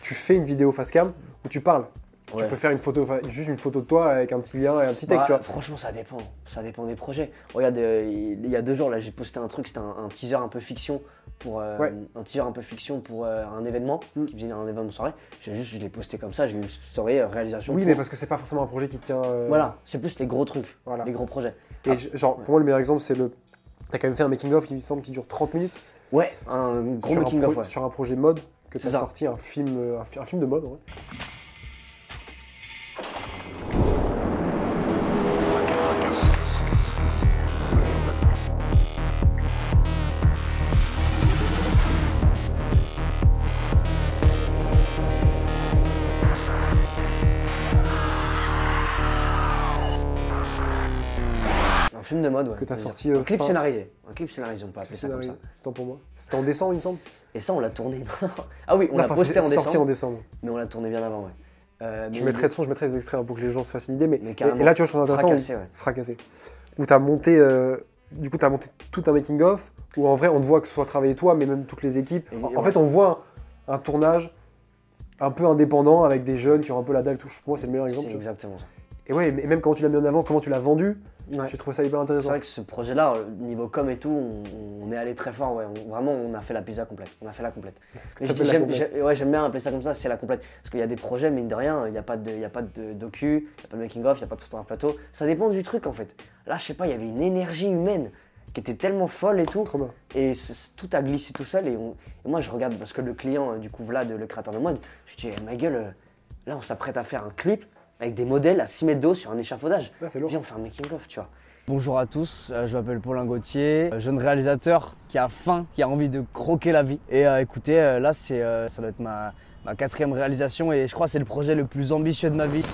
Speaker 3: tu fais une vidéo face cam où tu parles.
Speaker 2: Ouais.
Speaker 3: Tu peux faire une photo, enfin, juste une photo de toi avec un petit lien et un petit texte,
Speaker 2: Bah,
Speaker 3: tu vois.
Speaker 2: Franchement, ça dépend. Ça dépend des projets. Regarde, euh, il il y a deux jours, là, j'ai posté un truc, c'était un, un teaser un peu fiction pour euh,
Speaker 3: Ouais. Mm.
Speaker 2: un teaser un peu fiction pour euh, un événement, qui faisait un événement de soirée. J'ai juste, je l'ai posté comme ça, j'ai mis une story euh, réalisation.
Speaker 3: Oui,
Speaker 2: pro.
Speaker 3: mais parce que c'est pas forcément un projet qui tient. euh,
Speaker 2: Voilà, Ah. c'est plus les gros trucs,
Speaker 3: Voilà.
Speaker 2: les gros projets.
Speaker 3: Et je- genre, pour moi, le meilleur exemple, c'est le. T'as quand même fait un making-of, il me semble, qui dure 30 minutes
Speaker 2: Ouais, un gros
Speaker 3: sur, un
Speaker 2: making
Speaker 3: pro-
Speaker 2: of, ouais.
Speaker 3: sur un projet mode que
Speaker 2: C'est
Speaker 3: t'as
Speaker 2: ça.
Speaker 3: sorti un film, euh, un, fi- un film de mode. en vrai.
Speaker 2: Un film de mode, ouais.
Speaker 3: Que t'as
Speaker 2: on va
Speaker 3: sorti,
Speaker 2: dire.
Speaker 3: euh,
Speaker 2: un clip
Speaker 3: fin-
Speaker 2: scénarisé. Un clip scénarisé, on peut appeler ça comme ça.
Speaker 3: Scénarisé. Tant pour moi. C'était en décembre, il me semble.
Speaker 2: Et ça, on l'a tourné. (laughs) ah oui, on l'a
Speaker 3: Enfin,
Speaker 2: posté
Speaker 3: c'est
Speaker 2: en
Speaker 3: sorti
Speaker 2: décembre.
Speaker 3: en décembre.
Speaker 2: Mais on l'a tourné bien avant, ouais. Euh, mais
Speaker 3: Je mettrai de son, je mettrai des extraits hein, pour que les gens se fassent une idée. Mais,
Speaker 2: Mais
Speaker 3: et-
Speaker 2: carrément.
Speaker 3: et là, tu vois, je trouve ça intéressant.
Speaker 2: Fracassé, ouais.
Speaker 3: fracassé. Où t'as monté, euh, du coup, t'as monté tout un making of. Où en vrai, on te voit que ce soit travaillé toi, mais même toutes les équipes.
Speaker 2: Et-
Speaker 3: en
Speaker 2: et
Speaker 3: en
Speaker 2: ouais.
Speaker 3: fait, on voit un, un tournage un peu indépendant avec des jeunes qui ont un peu la dalle. Tout pour moi, c'est le meilleur exemple.
Speaker 2: C'est
Speaker 3: tu vois.
Speaker 2: exactement ça.
Speaker 3: Et ouais, mais même quand tu l'as mis en avant, comment tu l'as vendu,
Speaker 2: Ouais.
Speaker 3: j'ai trouvé ça hyper
Speaker 2: C'est
Speaker 3: intéressant.
Speaker 2: vrai que ce projet-là, euh, niveau com et tout, on, on est allé très fort, ouais. On- vraiment, on a fait la pizza complète. On a fait la complète.
Speaker 3: Parce que
Speaker 2: Et
Speaker 3: ça
Speaker 2: j'ai-
Speaker 3: s'appelle la
Speaker 2: J'aime
Speaker 3: complète.
Speaker 2: j'ai- ouais, j'aime bien appeler ça comme ça, c'est la complète. Parce qu'il y a des projets, mine de rien, il n'y a pas de, il y a pas de docu, il n'y a pas de making-of, il n'y a pas de photo en plateau. Ça dépend du truc en fait. Là, je sais pas, il y avait une énergie humaine qui était tellement folle et tout.
Speaker 3: Trop bien.
Speaker 2: Et c- c- tout a glissé tout seul. Et, on- et moi, je regarde parce que le client, euh, du coup, Vlad, le créateur de mode, je dis, Eh, ma gueule, euh, là, on s'apprête à faire un clip avec des modèles à 6 mètres d'eau sur un échafaudage.
Speaker 3: Ouais, c'est lourd.
Speaker 2: Viens, on fait un making-of, tu vois.
Speaker 5: Bonjour à tous, euh, je m'appelle Paulin Gauthier, euh, jeune réalisateur qui a faim, qui a envie de croquer la vie. Et euh, écoutez, euh, là, c'est, euh, ça doit être ma, ma quatrième réalisation et je crois que c'est le projet le plus ambitieux de ma vie.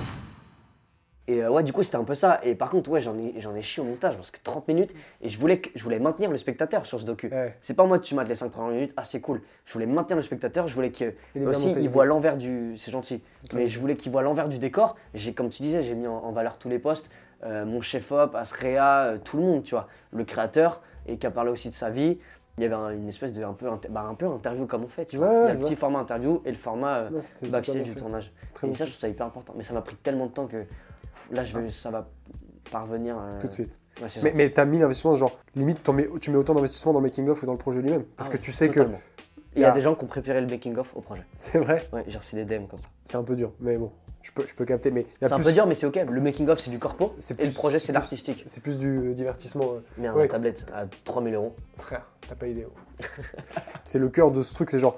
Speaker 2: Et euh, ouais, du coup, c'était un peu ça. Et par contre, ouais, j'en ai, j'en ai chié au montage parce que 30 minutes. Et je voulais, que- je voulais maintenir le spectateur sur ce docu.
Speaker 3: Ouais.
Speaker 2: C'est pas en mode tu mates les 5 premières minutes, ah c'est cool. Je voulais maintenir le spectateur, je voulais qu'il
Speaker 3: Il est bien
Speaker 2: aussi
Speaker 3: monté,
Speaker 2: il
Speaker 3: il
Speaker 2: voit
Speaker 3: est-
Speaker 2: l'envers du. C'est gentil. Mais je voulais qu'il voit l'envers du décor. J'ai, comme tu disais, j'ai mis en, en valeur tous les postes. euh, mon chef-op, Asrea, euh, tout le monde, tu vois. Le créateur, et qui a parlé aussi de sa vie. Il y avait un- une espèce de un peu, inter- bah, un peu interview comme on fait, tu vois.
Speaker 3: Ouais, ouais,
Speaker 2: Il y a
Speaker 3: je
Speaker 2: le
Speaker 3: vois.
Speaker 2: petit format interview et le format euh,
Speaker 3: Non, c'était- c'est pas
Speaker 2: backstage
Speaker 3: bien
Speaker 2: du
Speaker 3: fait.
Speaker 2: tournage.
Speaker 3: Très
Speaker 2: et
Speaker 3: bon Ah.
Speaker 2: ça, je trouve ça hyper important. Mais ça m'a pris tellement de temps que pff, là, je vais, ça va parvenir. euh,
Speaker 3: Tout de suite.
Speaker 2: ouais, c'est ça.
Speaker 3: Mais, mais t'as mis l'investissement, genre, limite, t'en mets- tu mets autant d'investissement dans le making-of que dans le projet lui-même. Parce
Speaker 2: Ah
Speaker 3: que
Speaker 2: ouais,
Speaker 3: tu sais que.
Speaker 2: totalement. Il y a des gens qui ont préparé le making-of au projet.
Speaker 3: (laughs) C'est vrai,
Speaker 2: Ouais, j'ai reçu des DM comme ça.
Speaker 3: c'est un peu dur, mais bon, je peux, je peux capter. Mais il y a
Speaker 2: C'est un
Speaker 3: plus-
Speaker 2: peu dur, mais c'est ok. Le making-of, c'est du corpo.
Speaker 3: C'est
Speaker 2: et
Speaker 3: plus-
Speaker 2: le projet,
Speaker 3: c'est
Speaker 2: c'est
Speaker 3: plus-
Speaker 2: l'artistique.
Speaker 3: C'est plus du divertissement. euh,
Speaker 2: Merde,
Speaker 3: Ouais.
Speaker 2: la tablette à 3000 euros.
Speaker 3: Frère, t'as pas idée. oh. (laughs) c'est le cœur de ce truc, c'est genre,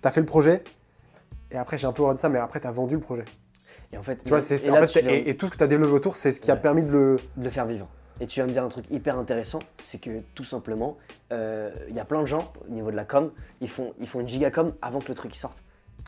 Speaker 3: t'as fait le projet, et après j'ai un peu horreur de ça, mais après t'as vendu le projet.
Speaker 2: Et en fait,
Speaker 3: Tu vois,
Speaker 2: et
Speaker 3: c'est
Speaker 2: là,
Speaker 3: en fait,
Speaker 2: tu viens
Speaker 3: et, et tout ce que t'as développé autour, c'est ce qui a
Speaker 2: Ouais.
Speaker 3: permis de le.
Speaker 2: de le faire vivre. Et tu viens me dire un truc hyper intéressant, c'est que tout simplement, euh, il y a plein de gens au niveau de la com, ils font, ils font une gigacom avant que le truc y sorte.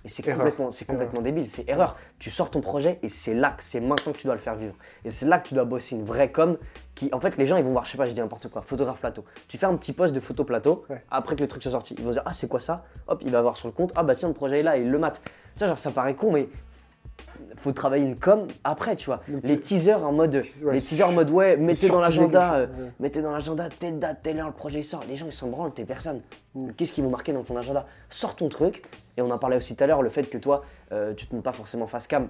Speaker 2: Et c'est
Speaker 3: Erreur.
Speaker 2: complètement, c'est complètement débile, c'est erreur. Tu sors ton projet et c'est là, que- c'est maintenant que tu dois le faire vivre. Et c'est là que tu dois bosser une vraie com qui, en fait, les gens ils vont voir, je sais pas, je dis n'importe quoi, photographe plateau. Tu fais un petit post de photo plateau,
Speaker 3: Ouais.
Speaker 2: après que le truc soit sorti, ils vont se dire, ah c'est quoi ça Hop, il va voir sur le compte, ah bah tiens, le projet est là, et il le mate. Tu sais, genre ça paraît con, mais faut travailler une com après, tu vois.
Speaker 3: Donc,
Speaker 2: les teasers en mode,
Speaker 3: Teas- ouais,
Speaker 2: les teasers en
Speaker 3: sur-
Speaker 2: mode, ouais, mettez dans
Speaker 3: surteaser quelque
Speaker 2: l'agenda,
Speaker 3: chose,
Speaker 2: euh,
Speaker 3: ouais.
Speaker 2: mettez dans l'agenda telle date, telle heure, le projet il sort. Les gens ils s'en branlent, t'es personne.
Speaker 3: Mm.
Speaker 2: Qu'est-ce qu'ils vont marquer dans ton agenda Sors ton truc. Et on en parlait aussi tout à l'heure, le fait que toi, euh, tu te mets pas forcément face cam,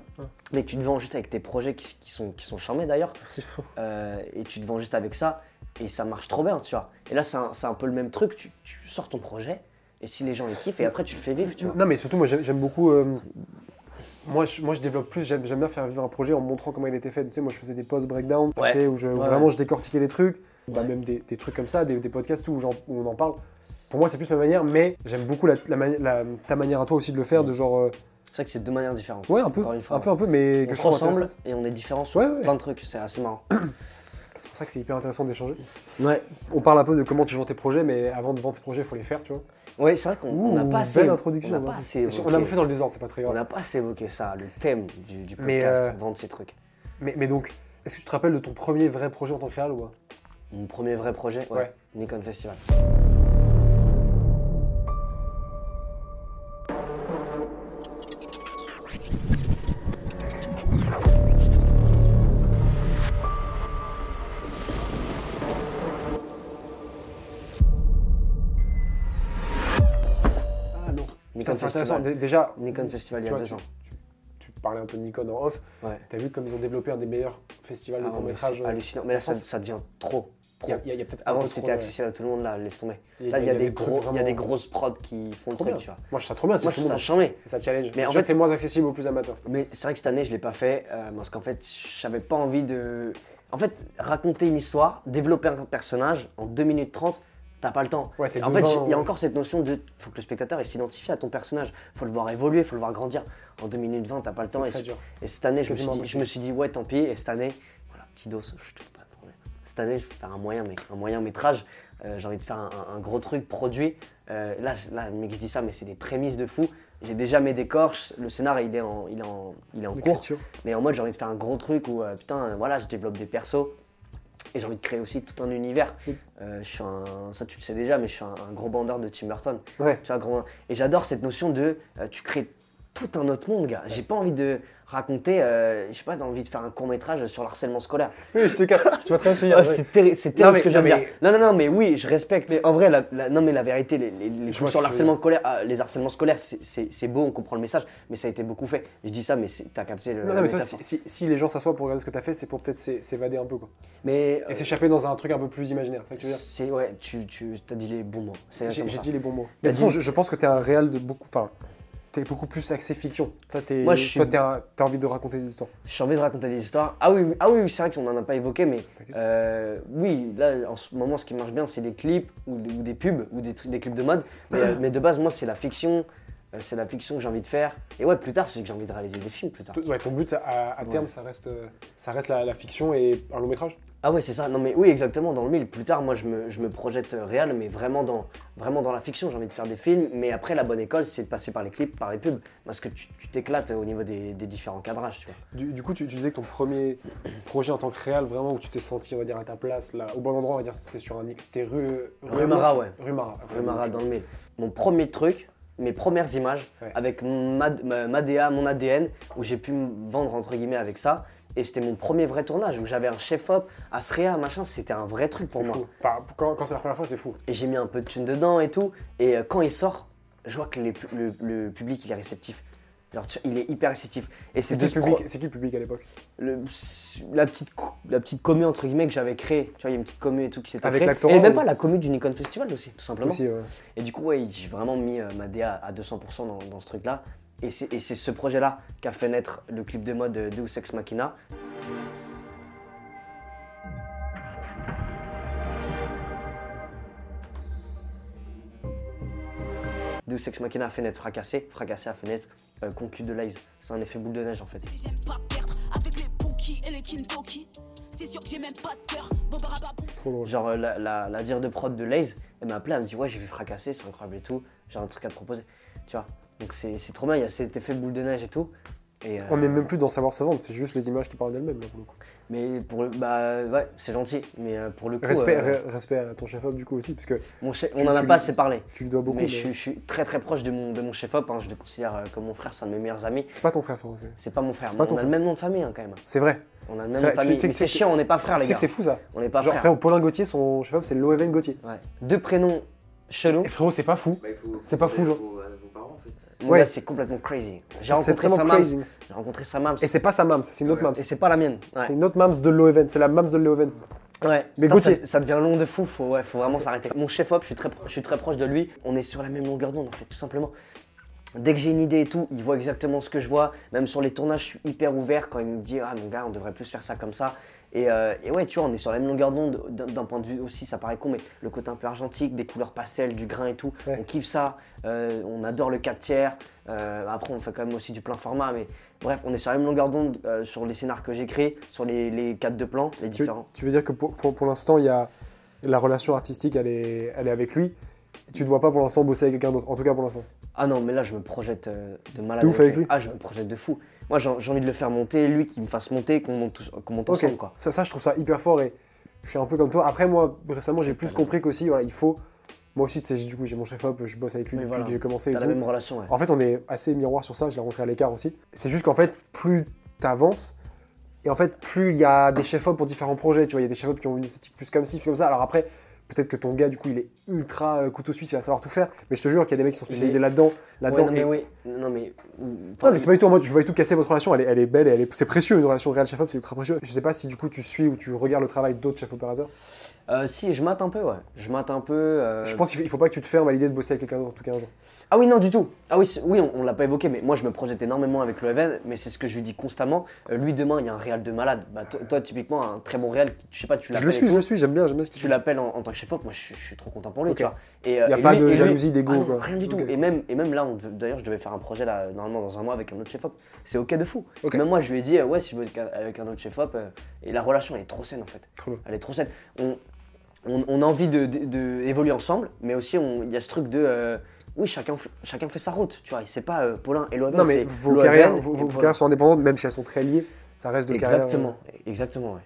Speaker 2: mais que tu te vends juste avec tes projets qui, qui sont qui sont charmés d'ailleurs,
Speaker 3: Merci, frérot.
Speaker 2: euh, et tu te vends juste avec ça, et ça marche trop bien, tu vois. Et là c'est un, c'est un peu le même truc, tu, tu sors ton projet, et si les gens les kiffent, et après tu le fais vivre, tu vois.
Speaker 3: Non, mais surtout, moi j'aime j'aime beaucoup. euh, moi, je, moi, je développe plus, j'aime j'aime bien faire vivre un projet en montrant comment il était fait. Tu sais, moi, je faisais des post breakdown, tu
Speaker 2: Ouais.
Speaker 3: sais, où je, où
Speaker 2: Ouais,
Speaker 3: vraiment
Speaker 2: ouais.
Speaker 3: je décortiquais les trucs, bah, même des, des trucs comme ça, des, des podcasts où, j'en- où on en parle. Pour moi, c'est plus ma manière, mais j'aime beaucoup la, la mani- la- ta manière à toi aussi de le
Speaker 2: Mm.
Speaker 3: faire, de genre. euh,
Speaker 2: C'est vrai que c'est deux manières différentes.
Speaker 3: ouais, un peu,
Speaker 2: Encore une fois,
Speaker 3: un peu, un peu, mais
Speaker 2: on
Speaker 3: que
Speaker 2: se
Speaker 3: je trouve
Speaker 2: ressemble
Speaker 3: intéressante.
Speaker 2: et on est différents sur
Speaker 3: Ouais, ouais.
Speaker 2: plein de trucs, c'est assez marrant.
Speaker 3: C'est pour ça que c'est hyper intéressant d'échanger.
Speaker 2: ouais.
Speaker 3: Mm. On parle un peu de comment tu vends tes projets, mais avant de vendre tes projets, il faut les faire, tu vois.
Speaker 2: Ouais, c'est vrai qu'on on n'a
Speaker 3: Ouh,
Speaker 2: pas assez.
Speaker 3: Belle introduction.
Speaker 2: on n'a
Speaker 3: hein.
Speaker 2: pas assez évoqué,
Speaker 3: On a fait dans le désordre, c'est pas très
Speaker 2: on
Speaker 3: grave.
Speaker 2: n'a pas assez évoqué ça, le thème du, du
Speaker 3: Mais,
Speaker 2: podcast,
Speaker 3: euh,
Speaker 2: vendre ces trucs.
Speaker 3: Mais, mais donc, est-ce que tu te rappelles de ton premier vrai projet en tant que réal ou pas
Speaker 2: Mon premier vrai projet, ouais,
Speaker 3: Ouais.
Speaker 2: Nikon Festival.
Speaker 3: Ah non.
Speaker 2: Nikon
Speaker 3: c'est intéressant.
Speaker 2: Festival.
Speaker 3: Dé- Déjà,
Speaker 2: Nikon Festival il y
Speaker 3: tu
Speaker 2: a
Speaker 3: vois,
Speaker 2: deux
Speaker 3: tu-
Speaker 2: ans.
Speaker 3: Tu, tu parlais un peu de Nikon en off.
Speaker 2: Ouais.
Speaker 3: T'as vu comme ils ont développé un des meilleurs festivals
Speaker 2: Ah
Speaker 3: de
Speaker 2: non,
Speaker 3: court
Speaker 2: mais
Speaker 3: métrage.
Speaker 2: c'est hallucinant. Mais là, ça, ça devient trop. pro.
Speaker 3: Il y a, il y a peut-être un
Speaker 2: Avant,
Speaker 3: peu
Speaker 2: c'était
Speaker 3: trop, ouais.
Speaker 2: accessible à tout le monde, là, laisse tomber.
Speaker 3: Il y a-
Speaker 2: Là, il y, a des
Speaker 3: trucs
Speaker 2: gros, il y a des
Speaker 3: vraiment-
Speaker 2: grosses prods qui font le
Speaker 3: Trop
Speaker 2: truc,
Speaker 3: bien.
Speaker 2: tu vois.
Speaker 3: Moi, je trouve ça trop bien. c'est
Speaker 2: Moi, je
Speaker 3: tout
Speaker 2: trouve
Speaker 3: le
Speaker 2: ça
Speaker 3: monde.
Speaker 2: charmé.
Speaker 3: Ça challenge.
Speaker 2: Mais en
Speaker 3: en
Speaker 2: fait-
Speaker 3: fait, c'est moins accessible aux plus amateurs.
Speaker 2: Mais c'est vrai que cette année, je l'ai pas fait euh, parce qu'en fait, j'avais pas envie de. En fait, raconter une histoire, développer un personnage en 2 minutes 30, t'as pas le temps.
Speaker 3: Ouais, c'est
Speaker 2: en fait,
Speaker 3: devant,
Speaker 2: j'ai- il y a
Speaker 3: ouais.
Speaker 2: encore cette notion de. Faut que le spectateur il s'identifie à ton personnage. Faut le voir évoluer, faut le voir grandir. En 2 minutes 20, t'as pas le temps.
Speaker 3: C'est
Speaker 2: Et,
Speaker 3: très
Speaker 2: c-
Speaker 3: dur.
Speaker 2: et cette année, je me, suis
Speaker 3: Quasiment
Speaker 2: dit, je
Speaker 3: impossible.
Speaker 2: me suis dit, ouais, tant pis. Et cette année, voilà, petit dos, je trouve pas trop bien. Cette année, je vais faire un moyen, mais un moyen métrage. Euh, j'ai envie de faire un, un- un gros truc produit. Euh, là, je- là, mec, je dis ça, mais c'est des prémices de fou. J'ai déjà mes décors. je- Le scénar, il est en, il est en, il est en cours.
Speaker 3: L'écriture.
Speaker 2: Mais en mode, j'ai envie de faire un gros truc où, euh, putain, euh, voilà, je développe des persos. Et j'ai envie de créer aussi tout un univers. Euh, je suis un, ça, tu le sais déjà, mais je suis un, un gros bandeur de Tim Burton.
Speaker 3: Ouais.
Speaker 2: Tu vois, grand- Et j'adore cette notion de euh, tu crées tout un autre monde, gars. J'ai pas envie de raconter, euh, je sais pas, t'as envie de faire un court métrage sur le harcèlement scolaire.
Speaker 3: Oui, je te capte. Je vois très bien.
Speaker 2: Ah,
Speaker 3: ce que tu veux dire, ouais.
Speaker 2: c'est terri- c'est terrible
Speaker 3: mais-
Speaker 2: ce que j'aime
Speaker 3: non,
Speaker 2: dire.
Speaker 3: mais-
Speaker 2: Non, non, non, mais oui, je respecte. Mais en vrai, la, la- non, mais la vérité, les, les- les
Speaker 3: Je
Speaker 2: trucs
Speaker 3: vois ce
Speaker 2: sur
Speaker 3: que
Speaker 2: le
Speaker 3: tu veux
Speaker 2: harcèlement scolaire, ah, les harcèlements scolaires, c'est- c'est c'est beau, on comprend le message, mais ça a été beaucoup fait. Je dis ça, mais c'est- t'as capté le.
Speaker 3: Non, non,
Speaker 2: la
Speaker 3: mais ça,
Speaker 2: métaphore.
Speaker 3: si, si- si les gens s'assoient pour regarder ce que t'as fait, c'est pour peut-être s'é- s'évader un peu quoi.
Speaker 2: mais
Speaker 3: Et
Speaker 2: euh,
Speaker 3: s'échapper dans un truc un peu plus imaginaire, c'est ça que tu veux dire
Speaker 2: c'est ouais, tu, tu as dit les bons mots. C'est
Speaker 3: J'ai
Speaker 2: exactement
Speaker 3: j'ai
Speaker 2: ça.
Speaker 3: bah. dit les bons mots.
Speaker 2: T'as
Speaker 3: Mais de toute façon,
Speaker 2: dit-
Speaker 3: je, je pense que t'es un réel de beaucoup. Enfin, t'es beaucoup plus axé fiction. Toi, t'es.
Speaker 2: Moi, je suis-
Speaker 3: toi, t'es un- t'as envie de raconter des histoires.
Speaker 2: J'ai envie de raconter des histoires. Ah oui, oui, ah oui, oui, c'est vrai qu'on n'en a pas évoqué, mais
Speaker 3: T'inquiète.
Speaker 2: euh, oui, là, en ce moment, ce qui marche bien, c'est des clips ou des, ou des pubs ou des, trucs- des clips de mode. Mais, euh, mais de base, moi, c'est la fiction. euh, C'est la fiction que j'ai envie de faire. Et ouais, plus tard, c'est que j'ai envie de réaliser des films plus tard.
Speaker 3: Ouais, ton but, ça- à, à terme, ça reste, euh, ça reste la, la fiction et un long métrage.
Speaker 2: Ah ouais, c'est ça. Non mais oui, exactement, dans le mille. Plus tard, moi, je me, je me projette euh, réel, mais vraiment dans, vraiment dans la fiction. J'ai envie de faire des films. Mais après, la bonne école, c'est de passer par les clips, par les pubs. Parce que tu tu t'éclates euh, au niveau des, des différents cadrages, tu vois.
Speaker 3: Du, du coup, tu, tu disais que ton premier projet en tant que réel, vraiment où tu t'es senti, on va dire, à ta place, là, au bon endroit, on va dire, c'est sur un. C'était rue.
Speaker 2: Rue Marat, ouais.
Speaker 3: Rue Marat.
Speaker 2: Rue Marat dans le mille. Mon premier truc, mes premières images,
Speaker 3: Ouais.
Speaker 2: avec ma, ma- ma DA, mon ADN, où j'ai pu me vendre entre guillemets avec ça. Et c'était mon premier vrai tournage, où j'avais un chef-op, Asrea, machin, c'était un vrai truc pour
Speaker 3: C'est
Speaker 2: moi.
Speaker 3: fou. Enfin, quand quand c'est la première fois, c'est fou.
Speaker 2: Et j'ai mis un peu de thunes dedans et tout. Et euh, quand il sort, je vois que les pu- le, le public, il est réceptif. Genre, tu- il est hyper réceptif. Et c'est
Speaker 3: C'est
Speaker 2: de
Speaker 3: qui,
Speaker 2: ce
Speaker 3: le public-
Speaker 2: pro-
Speaker 3: c'est qui le public à l'époque
Speaker 2: le- la, petite, co- la petite commu, entre guillemets, que j'avais créée. Tu vois, il y a une petite commu et tout qui s'était
Speaker 3: Avec
Speaker 2: créée.
Speaker 3: l'actorat,
Speaker 2: Et même
Speaker 3: ou-
Speaker 2: pas la commu du Nikon Festival aussi, tout simplement.
Speaker 3: Aussi, euh, ouais.
Speaker 2: Et du coup, ouais, j'ai vraiment mis euh, ma DA à 200% dans, dans ce truc-là. Et c'est et c'est ce projet-là qui a fait naître le clip de mode euh, Deus Ex Machina. Deus Ex Machina a fait naître Fracassé, Fracassé a fait naître euh, Concu de Lies. C'est un effet boule de neige en fait.
Speaker 6: Et J'aime pas perdre avec les Pookie et les Kintoki. C'est sûr que j'ai même pas de cœur. bah, Bobarababou.
Speaker 3: Trop drôle.
Speaker 2: Genre euh, la, la, la dire de prod de Laze, elle m'a appelé, elle me dit ouais j'ai vu fracasser, c'est incroyable et tout, j'ai un truc à te proposer. Tu vois, donc c'est c'est trop bien, il y a cet effet boule de neige et tout. Et, euh,
Speaker 3: On n'est même plus dans savoir se vendre, c'est juste les images qui parlent d'elles-mêmes. là, pour le coup.
Speaker 2: mais pour le, bah ouais, c'est gentil, mais euh, pour le coup,
Speaker 3: Respect,
Speaker 2: euh,
Speaker 3: re- respect à ton chef-op du coup aussi, parce que
Speaker 2: mon chef-
Speaker 3: tu-
Speaker 2: on en a
Speaker 3: tu
Speaker 2: pas
Speaker 3: lui-
Speaker 2: assez parlé.
Speaker 3: tu lui dois beaucoup.
Speaker 2: mais
Speaker 3: mais
Speaker 2: je, suis- je suis très très proche de mon, de mon chef-op, hein, je le considère euh, comme mon frère, c'est un de mes meilleurs amis.
Speaker 3: C'est pas ton frère, Faro, c'est-
Speaker 2: C'est pas mon frère,
Speaker 3: C'est
Speaker 2: mais
Speaker 3: pas
Speaker 2: on
Speaker 3: ton
Speaker 2: a le
Speaker 3: frère.
Speaker 2: même nom de famille hein, quand même.
Speaker 3: C'est vrai.
Speaker 2: On a le
Speaker 3: C'est
Speaker 2: même nom
Speaker 3: vrai,
Speaker 2: de
Speaker 3: tu
Speaker 2: famille,
Speaker 3: sais que
Speaker 2: mais c'est
Speaker 3: c'est-
Speaker 2: chiant, on n'est pas frères
Speaker 3: Tu
Speaker 2: Ah, les
Speaker 3: sais
Speaker 2: gars.
Speaker 3: que c'est fou ça.
Speaker 2: On n'est pas
Speaker 3: Genre,
Speaker 2: frères.
Speaker 3: frère, Paulin Gauthier, son chef-op, c'est Loewen Gauthier.
Speaker 2: Ouais. Deux prénoms chelous,
Speaker 3: Et frérot, c'est pas fou.
Speaker 7: Bah, il faut- faut
Speaker 3: C'est pas
Speaker 7: demander
Speaker 3: fou,
Speaker 7: vos- à vos parents, en fait.
Speaker 2: mon
Speaker 3: Ouais.
Speaker 2: gars, c'est complètement crazy. J'ai
Speaker 3: C'est
Speaker 2: rencontré
Speaker 3: vraiment
Speaker 2: sa mams,
Speaker 3: crazy.
Speaker 2: j'ai rencontré sa mams,
Speaker 3: Et c'est pas sa mams, c'est une autre mams.
Speaker 2: et c'est pas la mienne. ouais.
Speaker 3: C'est une autre mams de Loewen, c'est la mams de Loewen.
Speaker 2: Ouais,
Speaker 3: Mais
Speaker 2: putain,
Speaker 3: Gauthier.
Speaker 2: Ça, ça devient long de fou, faut, ouais, faut vraiment s'arrêter. Mon chef-op, je, suis très pro- je suis très proche de lui. On est sur la même longueur d'onde, en fait, tout simplement. Dès que j'ai une idée et tout, il voit exactement ce que je vois. Même sur les tournages, je suis hyper ouvert quand il me dit Ah, mon gars, on devrait plus faire ça comme ça. Et, euh, et ouais, tu vois, on est sur la même longueur d'onde d'un- d'un point de vue aussi, ça paraît con, mais le côté un peu argentique, des couleurs pastel, du grain et tout,
Speaker 3: Ouais.
Speaker 2: on kiffe ça. Euh, on adore le 4 tiers. Euh, après, on fait quand même aussi du plein format, mais bref, on est sur la même longueur d'onde euh, sur les scénars que j'écris, sur les, les 4 de plan, les
Speaker 3: Tu,
Speaker 2: différents.
Speaker 3: tu veux dire que pour, pour, pour l'instant, il y a la relation artistique, elle est, elle est avec lui. Tu ne vois pas pour l'instant bosser avec quelqu'un d'autre, en tout cas pour l'instant.
Speaker 2: Ah non, mais là, je me projette euh, de malade.
Speaker 3: De ouf avec lui.
Speaker 2: Ah, je me projette de fou. Moi, j'ai j'ai envie de le faire monter, lui qui me fasse monter, qu'on monte, tous- qu'on monte
Speaker 3: Ok,
Speaker 2: ensemble, quoi.
Speaker 3: Ça, ça, je trouve ça hyper fort et je suis un peu comme toi. Après, moi, récemment, j'ai plus compris qu'aussi, voilà, il faut. Moi aussi, tu sais, j'ai- du coup, j'ai mon chef-op, je bosse avec lui
Speaker 2: Mais
Speaker 3: depuis
Speaker 2: voilà.
Speaker 3: que j'ai commencé. et
Speaker 2: T'as la
Speaker 3: tout.
Speaker 2: même relation, ouais.
Speaker 3: En fait, on est assez miroir sur ça, je l'ai rencontré à l'écart aussi. C'est juste qu'en fait, plus t'avances, et en fait, plus il y a des chefs-op pour différents projets, tu vois, il y a des chefs-op qui ont une esthétique plus comme ci, plus comme ça. Alors après, Peut-être que ton gars, du coup, il est ultra euh, couteau suisse, il va savoir tout faire. Mais je te jure qu'il y a des mecs qui sont spécialisés là-dedans. là-dedans
Speaker 2: Ouais, non,
Speaker 3: et-
Speaker 2: mais oui. Non, mais.
Speaker 3: non, mais c'est pas du tout en mode je vais tout casser votre relation, elle est, elle est belle et elle est, c'est précieux une relation réelle chef-op, c'est ultra précieux. Je sais pas si du coup tu suis ou tu regardes le travail d'autres chefs par hasard.
Speaker 2: Euh, si, je mate un peu, ouais. Je mate un peu. euh,
Speaker 3: Je pense qu'il faut, il faut pas que tu te fermes à l'idée de bosser avec quelqu'un d'autre en tout cas un jour.
Speaker 2: Ah oui, non, du tout. Ah oui, c'est- oui on, on l'a pas évoqué, mais moi je me projette énormément avec le Even, mais c'est ce que je lui dis constamment. Euh, lui, demain, il y a un Real de malade. Bah, toi, toi, typiquement, un très bon Real, je sais pas, tu
Speaker 3: Je
Speaker 2: l'appelles.
Speaker 3: le suis, je le suis, j'aime bien, j'aime bien ce qu'il
Speaker 2: Tu l'appelles en, en tant que chef-op, moi je, je suis trop content pour lui,
Speaker 3: Ok.
Speaker 2: tu vois. Et,
Speaker 3: Y a pas de jalousie, d'ego,
Speaker 2: d'ego
Speaker 3: quoi.
Speaker 2: Rien du tout.
Speaker 3: Ok.
Speaker 2: Et, même, et même là, on devait- d'ailleurs, je devais faire un projet là, normalement dans un mois avec un autre chef-op. C'est ok de fou.
Speaker 3: Ok.
Speaker 2: Même moi, je lui ai dit, euh, ouais, si je veux être ca- avec un autre chef-op, euh, et la relation elle est trop saine en fait.
Speaker 3: Trop bien.
Speaker 2: Elle est trop saine. On, on, on a envie d'évoluer de, de- évoluer ensemble, mais aussi on- il y a ce truc de. euh, oui, chacun, f- chacun fait sa route, tu vois. C'est pas euh, Paulin et l'OM.
Speaker 3: Non mais
Speaker 2: c'est
Speaker 3: vos
Speaker 2: l'OM,
Speaker 3: carrières,
Speaker 2: et
Speaker 3: vos, vos
Speaker 2: Paulin.
Speaker 3: carrières sont indépendantes, même si elles sont très liées, ça reste de euh. carrières.
Speaker 2: Exactement, exactement, ouais.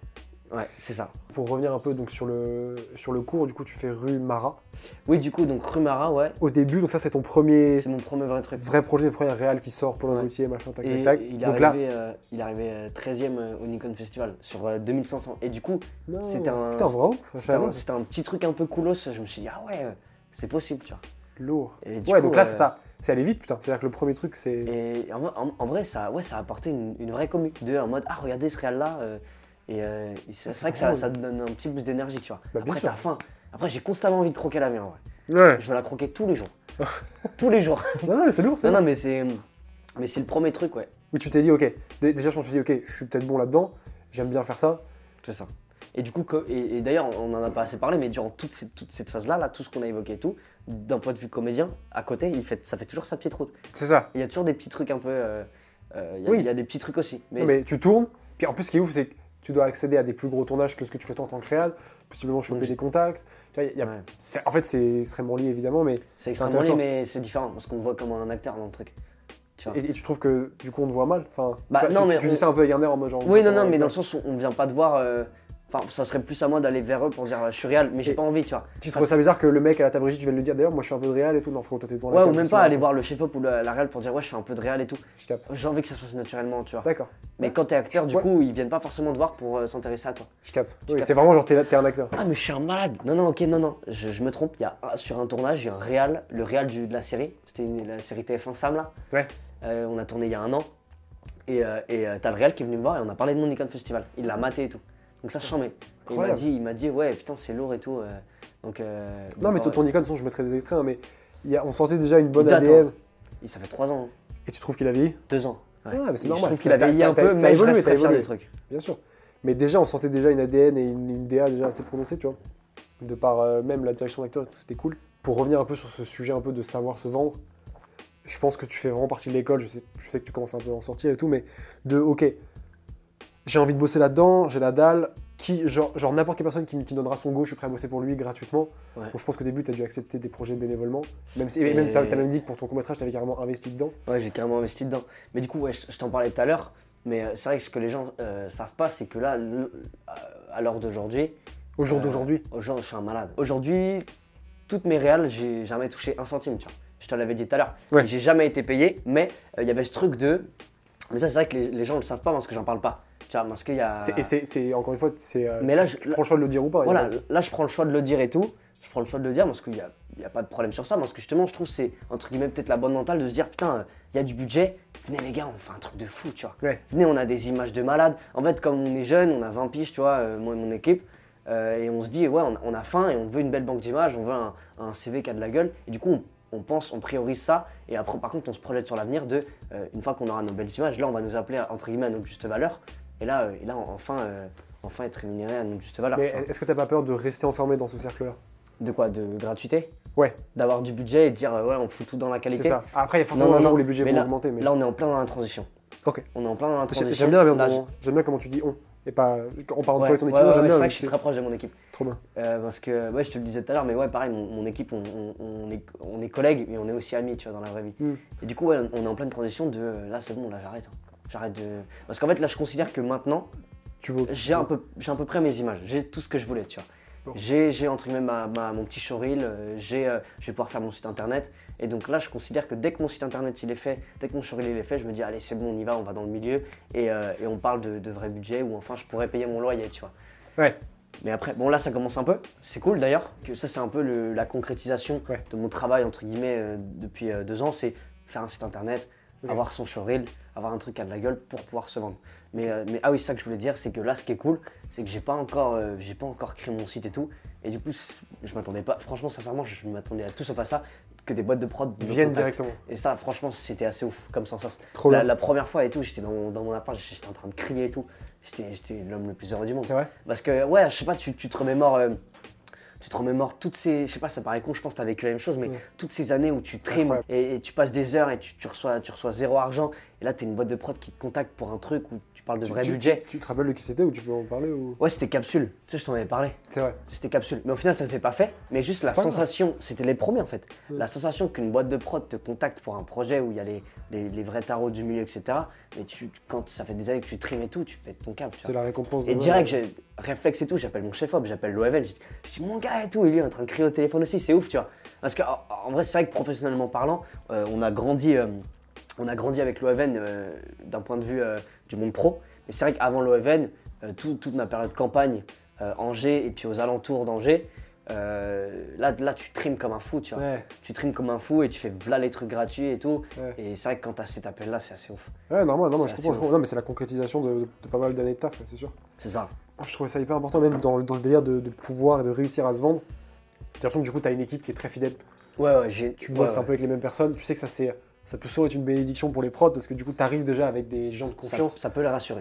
Speaker 2: Ouais, c'est ça.
Speaker 3: euh, Pour revenir un peu donc sur le, sur le cours, du coup tu fais rue Marat.
Speaker 2: Oui, du coup, donc Rumara, ouais,
Speaker 3: Au début, donc ça c'est ton premier
Speaker 2: c'est mon premier vrai truc.
Speaker 3: vrai projet, vrai réel qui sort pour le
Speaker 2: Ouais.
Speaker 3: Gauthier, machin, tac,
Speaker 2: Et
Speaker 3: tac, tac.
Speaker 2: il est
Speaker 3: Donc là,
Speaker 2: arrivé, euh, il est arrivé, euh, 13e euh, au Nikon Festival sur euh, 2500. Et du coup,
Speaker 3: non,
Speaker 2: c'était un-
Speaker 3: Putain, bravo,
Speaker 2: c'était un,
Speaker 3: franchement,
Speaker 2: c'était un petit truc un peu coolos. Je me suis dit, ah ouais, euh, c'est possible, tu vois.
Speaker 3: lourd.
Speaker 2: Et du
Speaker 3: Ouais,
Speaker 2: coup,
Speaker 3: donc là
Speaker 2: euh,
Speaker 3: c'est ta- c'est allé vite, putain. C'est-à-dire que le premier truc c'est.
Speaker 2: Et en, en- en vrai, ça, ouais, ça a apporté une, une vraie commu. De, en mode, ah, regardez ce réal-là. euh, et euh, et c'est c'est vrai que ça,
Speaker 3: Ah, drôle.
Speaker 2: ça te donne un petit boost d'énergie, tu vois.
Speaker 3: Bah, bien
Speaker 2: Après,
Speaker 3: sûr.
Speaker 2: t'as faim. Après, j'ai constamment envie de croquer la
Speaker 3: (laughs)
Speaker 2: viande. ouais.
Speaker 3: Ouais.
Speaker 2: Je veux la croquer tous les
Speaker 3: (laughs)
Speaker 2: jours. tous les jours.
Speaker 3: Non, non, mais c'est lourd, c'est
Speaker 2: non,
Speaker 3: lourd.
Speaker 2: non, mais c'est mais c'est le premier truc, ouais.
Speaker 3: Où tu t'es dit, ok, dé- déjà je me suis dit, ok, je suis peut-être bon là-dedans, j'aime bien faire ça.
Speaker 2: C'est ça. Et du coup, co- et, et d'ailleurs, on n'en a pas assez parlé, mais durant toute cette, toute cette phase-là, là, tout ce qu'on a évoqué et tout, d'un point de vue comédien, à côté, il fait, ça fait toujours sa petite route.
Speaker 3: C'est ça.
Speaker 2: Il y a toujours des petits trucs un peu. euh, euh, il, y a,
Speaker 3: Oui.
Speaker 2: il y a des petits trucs aussi. Mais,
Speaker 3: Mais, tu tournes, puis en plus ce qui est ouf, c'est que tu dois accéder à des plus gros tournages que ce que tu fais toi en tant que réal, possiblement choper
Speaker 2: Oui.
Speaker 3: des contacts. Tu vois, il y a-
Speaker 2: Ouais.
Speaker 3: c'est- en fait, c'est extrêmement lié évidemment, mais
Speaker 2: c'est extrêmement
Speaker 3: intéressant.
Speaker 2: lié, mais c'est différent, parce qu'on voit comme un acteur dans le truc. Tu vois.
Speaker 3: et, et tu trouves que du coup on te voit mal. Enfin,
Speaker 2: Ah. Bah,
Speaker 3: tu, vois,
Speaker 2: non,
Speaker 3: tu-
Speaker 2: mais
Speaker 3: tu
Speaker 2: on-
Speaker 3: dis ça un peu avec un air en mode genre. euh,
Speaker 2: Oui, non, non, mais dans le sens où on vient pas de voir. euh, Enfin, ça serait plus à moi d'aller vers eux pour dire euh, je suis réel, mais j'ai
Speaker 3: Et-
Speaker 2: pas envie, tu vois.
Speaker 3: Tu trouves ça bizarre que le mec à la table régie, tu viennes le dire d'ailleurs, moi je suis un peu de réal et tout, non frérot, toi t'es devant la
Speaker 2: Ouais, ou
Speaker 3: cam,
Speaker 2: même
Speaker 3: qu'est-ce que
Speaker 2: pas
Speaker 3: tu
Speaker 2: aller
Speaker 3: racontes
Speaker 2: voir le chef-op ou la, la réal pour dire ouais, je fais un peu de réel et tout.
Speaker 3: Je capte.
Speaker 2: J'ai envie que ça se fasse naturellement, tu vois.
Speaker 3: D'accord,
Speaker 2: Mais quand t'es acteur, du
Speaker 3: Ouais.
Speaker 2: coup, ils viennent pas forcément te voir pour euh, s'intéresser à toi.
Speaker 3: je capte. Oui,
Speaker 2: captes.
Speaker 3: c'est vraiment genre t'es là- t'es un acteur.
Speaker 2: Ah mais je suis un malade Non non ok non non je, je me trompe il y a un- sur un tournage il y a un réal le réal du- de la série c'était une- la série TF1 Sam là
Speaker 3: Ouais.
Speaker 2: Euh, on a tourné il y a un an et euh, et, euh, t'as le réal qui est venu me voir et on a parlé de mon Icon Festival il l'a maté et tout donc ça je chambais Et il m'a
Speaker 3: Incroyable.
Speaker 2: dit il m'a dit ouais putain c'est lourd et tout euh, donc euh,
Speaker 3: Non,
Speaker 2: donc,
Speaker 3: mais ton-
Speaker 2: euh,
Speaker 3: ton icône, de toute façon, je mettrai des extraits, hein, mais il y a- on sentait déjà une bonne
Speaker 2: date, hein.
Speaker 3: ADN.
Speaker 2: il- ça fait trois ans hein,
Speaker 3: Et tu trouves qu'il a vieilli
Speaker 2: deux ans
Speaker 3: Ouais, mais c'est
Speaker 2: Et je
Speaker 3: normal.
Speaker 2: trouve qu'il
Speaker 3: T'as-
Speaker 2: a vieilli
Speaker 3: t'as-
Speaker 2: un
Speaker 3: t'as-
Speaker 2: peu
Speaker 3: t'as
Speaker 2: mais je
Speaker 3: évolué,
Speaker 2: reste
Speaker 3: t'as
Speaker 2: très fier
Speaker 3: évolué.
Speaker 2: du truc
Speaker 3: Bien sûr. Mais déjà, on sentait déjà une ADN et une, une DA déjà assez prononcée, tu vois. De par euh, même la direction d'acteur, et tout c'était cool. Pour revenir un peu sur ce sujet un peu de savoir se vendre, je pense que tu fais vraiment partie de l'école. Je sais, je sais que tu commences un peu à en sortir et tout, mais de ok, j'ai envie de bosser là-dedans, j'ai la dalle. Qui, genre, genre n'importe quelle personne qui, me- qui me donnera son go, je suis prêt à bosser pour lui gratuitement.
Speaker 2: Ouais.
Speaker 3: Donc, je pense qu'au début, tu as dû accepter des projets bénévolement. Même si, et
Speaker 2: Et-
Speaker 3: même, t'as, t'as même dit que pour ton court-métrage, t'avais carrément investi dedans.
Speaker 2: Ouais, j'ai carrément investi dedans. Mais du coup, ouais, je, je t'en parlais tout à l'heure, mais euh, c'est vrai que ce que les gens euh, savent pas, c'est que là, le- euh, à- à l'heure d'aujourd'hui,
Speaker 3: Au jour
Speaker 2: Euh,
Speaker 3: d'aujourd'hui.
Speaker 2: aujourd'hui, je suis un malade. Aujourd'hui, toutes mes réales, j'ai jamais touché un centime, tu vois. Je te l'avais dit tout à l'heure.
Speaker 3: Ouais.
Speaker 2: J'ai jamais été payé, mais euh, il y avait ce truc de. Mais ça, c'est vrai que les, les gens ne le savent pas parce que j'en parle pas. Tu vois, parce qu'il y a.
Speaker 3: C'est- Et c'est, c'est- encore une fois, c'est. euh,
Speaker 2: Euh. Mais là,
Speaker 3: tu-
Speaker 2: je-
Speaker 3: tu prends le choix de le dire ou pas. il y a
Speaker 2: Voilà,
Speaker 3: pas-
Speaker 2: là je prends le choix de le dire et tout. Je prends le choix de le dire parce qu'il n'y a, il y a pas de problème sur ça. Parce que justement, je trouve que c'est entre guillemets peut-être la bonne mentale de se dire putain, euh, il y a du budget. Venez les gars, on fait un truc de fou, tu vois.
Speaker 3: Ouais.
Speaker 2: Venez, on a des images de malades. En fait, comme on est jeune, on a 20 piges, tu vois, euh, moi et mon équipe. euh, et on se dit, ouais, on, on a faim et on veut une belle banque d'images, on veut un, un CV qui a de la gueule. Et du coup, on, on pense, on priorise ça. Et après, par contre, on se projette sur l'avenir de, euh, une fois qu'on aura nos belles images, là, on va nous appeler à- entre guillemets à notre juste valeur. Et là, euh, et là enfin, euh, enfin être rémunéré à notre juste valeur.
Speaker 3: Mais
Speaker 2: tu vois.
Speaker 3: est-ce que t'as pas peur de rester enfermé dans ce cercle-là
Speaker 2: De quoi De gratuité
Speaker 3: Ouais.
Speaker 2: D'avoir du budget et de dire euh, ouais, on fout tout dans la
Speaker 3: C'est
Speaker 2: qualité
Speaker 3: ça. Ah, Après, il y a forcément
Speaker 2: Non, non,
Speaker 3: un jour où
Speaker 2: non,
Speaker 3: les budgets
Speaker 2: mais
Speaker 3: vont
Speaker 2: là-
Speaker 3: augmenter. Mais...
Speaker 2: Là, on est en plein dans la transition.
Speaker 3: Ok.
Speaker 2: On est en plein dans la
Speaker 3: J'ai-
Speaker 2: transition.
Speaker 3: J'aime bien, la
Speaker 2: Là,
Speaker 3: manière dont- j'aime bien comment tu dis on. Et pas. On parle de
Speaker 2: Ouais,
Speaker 3: toi et ton
Speaker 2: ouais, ouais,
Speaker 3: équipe, j'aime
Speaker 2: ouais,
Speaker 3: bien.
Speaker 2: c'est
Speaker 3: mais
Speaker 2: vrai que je suis
Speaker 3: c'est-
Speaker 2: très proche de mon équipe.
Speaker 3: Trop bien.
Speaker 2: Euh, parce que, ouais, je te le disais tout à l'heure, mais ouais, pareil, mon, mon équipe, on, on- on est, on est collègues, mais on est aussi amis, tu vois, dans la vraie vie.
Speaker 3: Mm.
Speaker 2: Et du coup, ouais, on est en pleine transition de euh, là, c'est bon, là, j'arrête. hein. J'arrête de. Parce qu'en fait, là, je considère que maintenant,
Speaker 3: Tu veux.
Speaker 2: j'ai un peu j'ai à peu près mes images j'ai tout ce que je voulais tu vois
Speaker 3: Bon.
Speaker 2: j'ai j'ai entre guillemets ma, ma- mon petit showreel euh, j'ai euh, je vais pouvoir faire mon site internet et donc là je considère que dès que mon site internet il est fait dès que mon showreel il est fait je me dis allez c'est bon on y va on va dans le milieu et, euh, et on parle de, de vrai budget ou enfin je pourrais payer mon loyer tu vois
Speaker 3: Ouais.
Speaker 2: Mais après, bon là ça commence un peu, c'est cool d'ailleurs, que ça c'est un peu le- la concrétisation
Speaker 3: Ouais.
Speaker 2: de mon travail entre guillemets euh, depuis euh, deux ans, c'est faire un site internet,
Speaker 3: Ok.
Speaker 2: avoir son showreel, avoir un truc à de la gueule pour pouvoir se vendre. Mais, euh, mais ah oui, ça que je voulais dire, c'est que là ce qui est cool, c'est que j'ai pas encore euh, j'ai pas encore créé mon site et tout, et du coup c- je m'attendais pas, franchement sincèrement je m'attendais à tout sauf à ça, que des boîtes de prod me
Speaker 3: Viennent
Speaker 2: contactent.
Speaker 3: directement.
Speaker 2: Et ça, franchement, c'était assez ouf comme sensation.
Speaker 3: Trop
Speaker 2: la,
Speaker 3: bien.
Speaker 2: la première fois et tout, j'étais dans, mon- dans mon appart, j'étais en train de crier et tout. J'étais j'étais l'homme le plus heureux du monde.
Speaker 3: C'est vrai
Speaker 2: Parce que, ouais, je sais pas, tu, tu te remémores. euh, tu te remémores toutes ces. Je sais pas, ça paraît con, je pense que t'as vécu la même chose, mais toutes ces années où tu trimes
Speaker 3: incroyable.
Speaker 2: et, et tu passes des heures et tu, tu reçois, tu reçois zéro argent. Et là, t'es une boîte de prod qui te contacte pour un truc où tu parles de
Speaker 3: Tu-
Speaker 2: vrai
Speaker 3: tu,
Speaker 2: budget.
Speaker 3: Tu, te rappelles de qui c'était ou tu peux en parler ou...
Speaker 2: Ouais, c'était capsule. Tu sais, je t'en avais parlé.
Speaker 3: C'est vrai.
Speaker 2: C'était capsule. Mais au final, ça s'est pas fait. Mais juste la
Speaker 3: pas grave.
Speaker 2: sensation, c'était les premiers en fait. La sensation qu'une boîte de prod te contacte pour un projet où il y a les, les, les vrais tarots du milieu, etc. Mais tu, quand ça fait des années que tu trimes et tout, tu pètes ton câble. tu
Speaker 3: C'est
Speaker 2: vois.
Speaker 3: la récompense de.
Speaker 2: Et direct, j'ai réflexe et tout, j'appelle mon chef-op, j'appelle l'OFL, je, je dis mon gars et tout, et lui est en train de crier au téléphone aussi, c'est ouf, tu vois. Parce que en- en vrai, c'est vrai que professionnellement parlant, euh, on a grandi, euh, on a grandi avec l'OFN euh, d'un point de vue euh, du monde pro, mais c'est vrai qu'avant l'OFN, euh, tout- toute ma période campagne, euh, Angers et puis aux alentours d'Angers, euh, là, là, tu trimes comme un fou, tu vois.
Speaker 3: Ouais.
Speaker 2: Tu trimes comme un fou et tu fais voilà les trucs gratuits et tout.
Speaker 3: Ouais.
Speaker 2: Et c'est vrai que quand t'as cet appel-là, c'est assez ouf.
Speaker 3: Ouais, normal, non, moi, je
Speaker 2: C'est
Speaker 3: comprends. je
Speaker 2: assez
Speaker 3: comprends. Non, mais c'est la concrétisation de, de- de pas mal d'années de taf, c'est sûr.
Speaker 2: C'est ça.
Speaker 3: Moi, Je trouvais ça hyper important, même dans, le- dans le délire de, de pouvoir et de réussir à se vendre. J'ai l'impression que du coup, tu as une équipe qui est très fidèle.
Speaker 2: Ouais, ouais, j'ai.
Speaker 3: Tu
Speaker 2: ouais,
Speaker 3: bosses
Speaker 2: ouais.
Speaker 3: un peu avec les mêmes personnes. Tu sais que ça, c'est, ça peut souvent être une bénédiction pour les prods parce que du coup, tu arrives déjà avec des gens de
Speaker 2: Ça-
Speaker 3: confiance.
Speaker 2: ça peut le rassurer.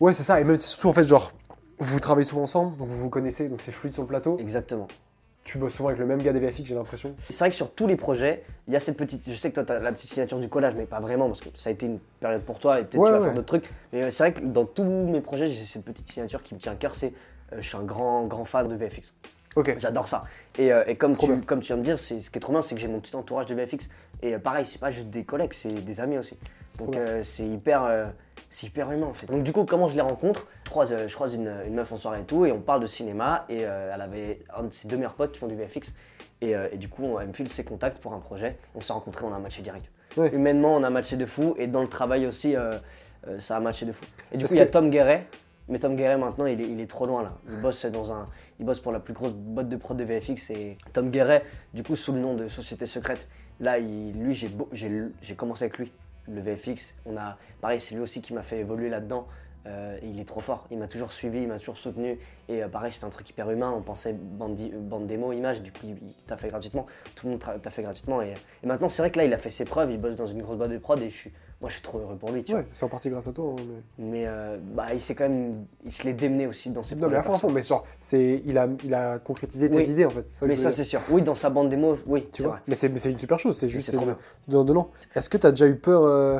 Speaker 3: Ouais, c'est ça. Et même, c'est surtout en fait, genre, vous travaillez souvent ensemble, donc vous vous connaissez, donc c'est fluide sur le plateau.
Speaker 2: Exactement.
Speaker 3: Tu bosses souvent avec le même gars des VFX, j'ai l'impression.
Speaker 2: C'est vrai que sur tous les projets, il y a cette petite. Je sais que toi, tu as la petite signature du collage, mais pas vraiment, parce que ça a été une période pour toi et peut-être
Speaker 3: Ouais,
Speaker 2: tu vas
Speaker 3: ouais.
Speaker 2: faire d'autres trucs. Mais euh, c'est vrai que dans tous mes projets, j'ai cette petite signature qui me tient à cœur c'est euh, je suis un grand, grand fan de VFX.
Speaker 3: Ok.
Speaker 2: J'adore ça. Et, euh, et comme,
Speaker 3: Trop
Speaker 2: tu,
Speaker 3: bien.
Speaker 2: comme tu viens de dire, c'est- ce qui est trop bien, c'est que j'ai mon petit entourage de VFX. Et euh, pareil, c'est pas juste des collègues, c'est des amis aussi. Donc
Speaker 3: bien.
Speaker 2: euh, c'est hyper, euh, c'est hyper humain en fait. Donc du coup, comment je les rencontre Je croise, euh, je croise une, une meuf en soirée et tout, et on parle de cinéma. Et euh, elle avait un de ses deux meilleurs potes qui font du VFX. Et, euh, et du coup, on- elle me file ses contacts pour un projet. On s'est rencontrés, on a matché direct.
Speaker 3: Ouais.
Speaker 2: Humainement, on a matché de fou. Et dans le travail aussi, euh, euh, ça a matché de fou. Et du
Speaker 3: Parce
Speaker 2: coup, il y a
Speaker 3: que-
Speaker 2: Tom Guéret. Mais Tom Guéret, maintenant, il est, il est trop loin là. Il bosse, dans un, il bosse pour la plus grosse boîte de prod de VFX. Et Tom Guéret, du coup, sous le nom de Société Secrète, là, il- lui, j'ai beau- j'ai j'ai commencé avec lui, le VFX. On a, pareil, c'est lui aussi qui m'a fait évoluer là-dedans. Euh, et il est trop fort. Il m'a toujours suivi, il m'a toujours soutenu. Et euh, pareil, c'est un truc hyper humain. On pensait bande, di- bande démo, image. Du coup, il, il t'a fait gratuitement. Tout le monde t'a t'a fait gratuitement. Et, et maintenant, c'est vrai que là, il a fait ses preuves. Il bosse dans une grosse boîte de prod. Et je suis, moi, je suis trop heureux pour lui. Tu vois.
Speaker 3: Ouais, c'est en partie grâce à toi. hein, mais-
Speaker 2: Mais euh, bah, il s'est quand même. Il se l'est démené aussi dans ses
Speaker 3: Non, mais
Speaker 2: projets
Speaker 3: à fond, à fond,
Speaker 2: perso.
Speaker 3: mais genre, c'est, il, a, il a concrétisé tes
Speaker 2: Oui.
Speaker 3: idées en fait. que
Speaker 2: Mais
Speaker 3: je veux
Speaker 2: ça,
Speaker 3: dire.
Speaker 2: c'est sûr. Oui, dans sa bande démo, oui, c'est
Speaker 3: Tu vois
Speaker 2: vrai.
Speaker 3: Mais c'est, mais c'est une super chose, c'est juste.
Speaker 2: c'est trop bien.
Speaker 3: donnant, donnant. Est-ce que t'as déjà eu peur euh,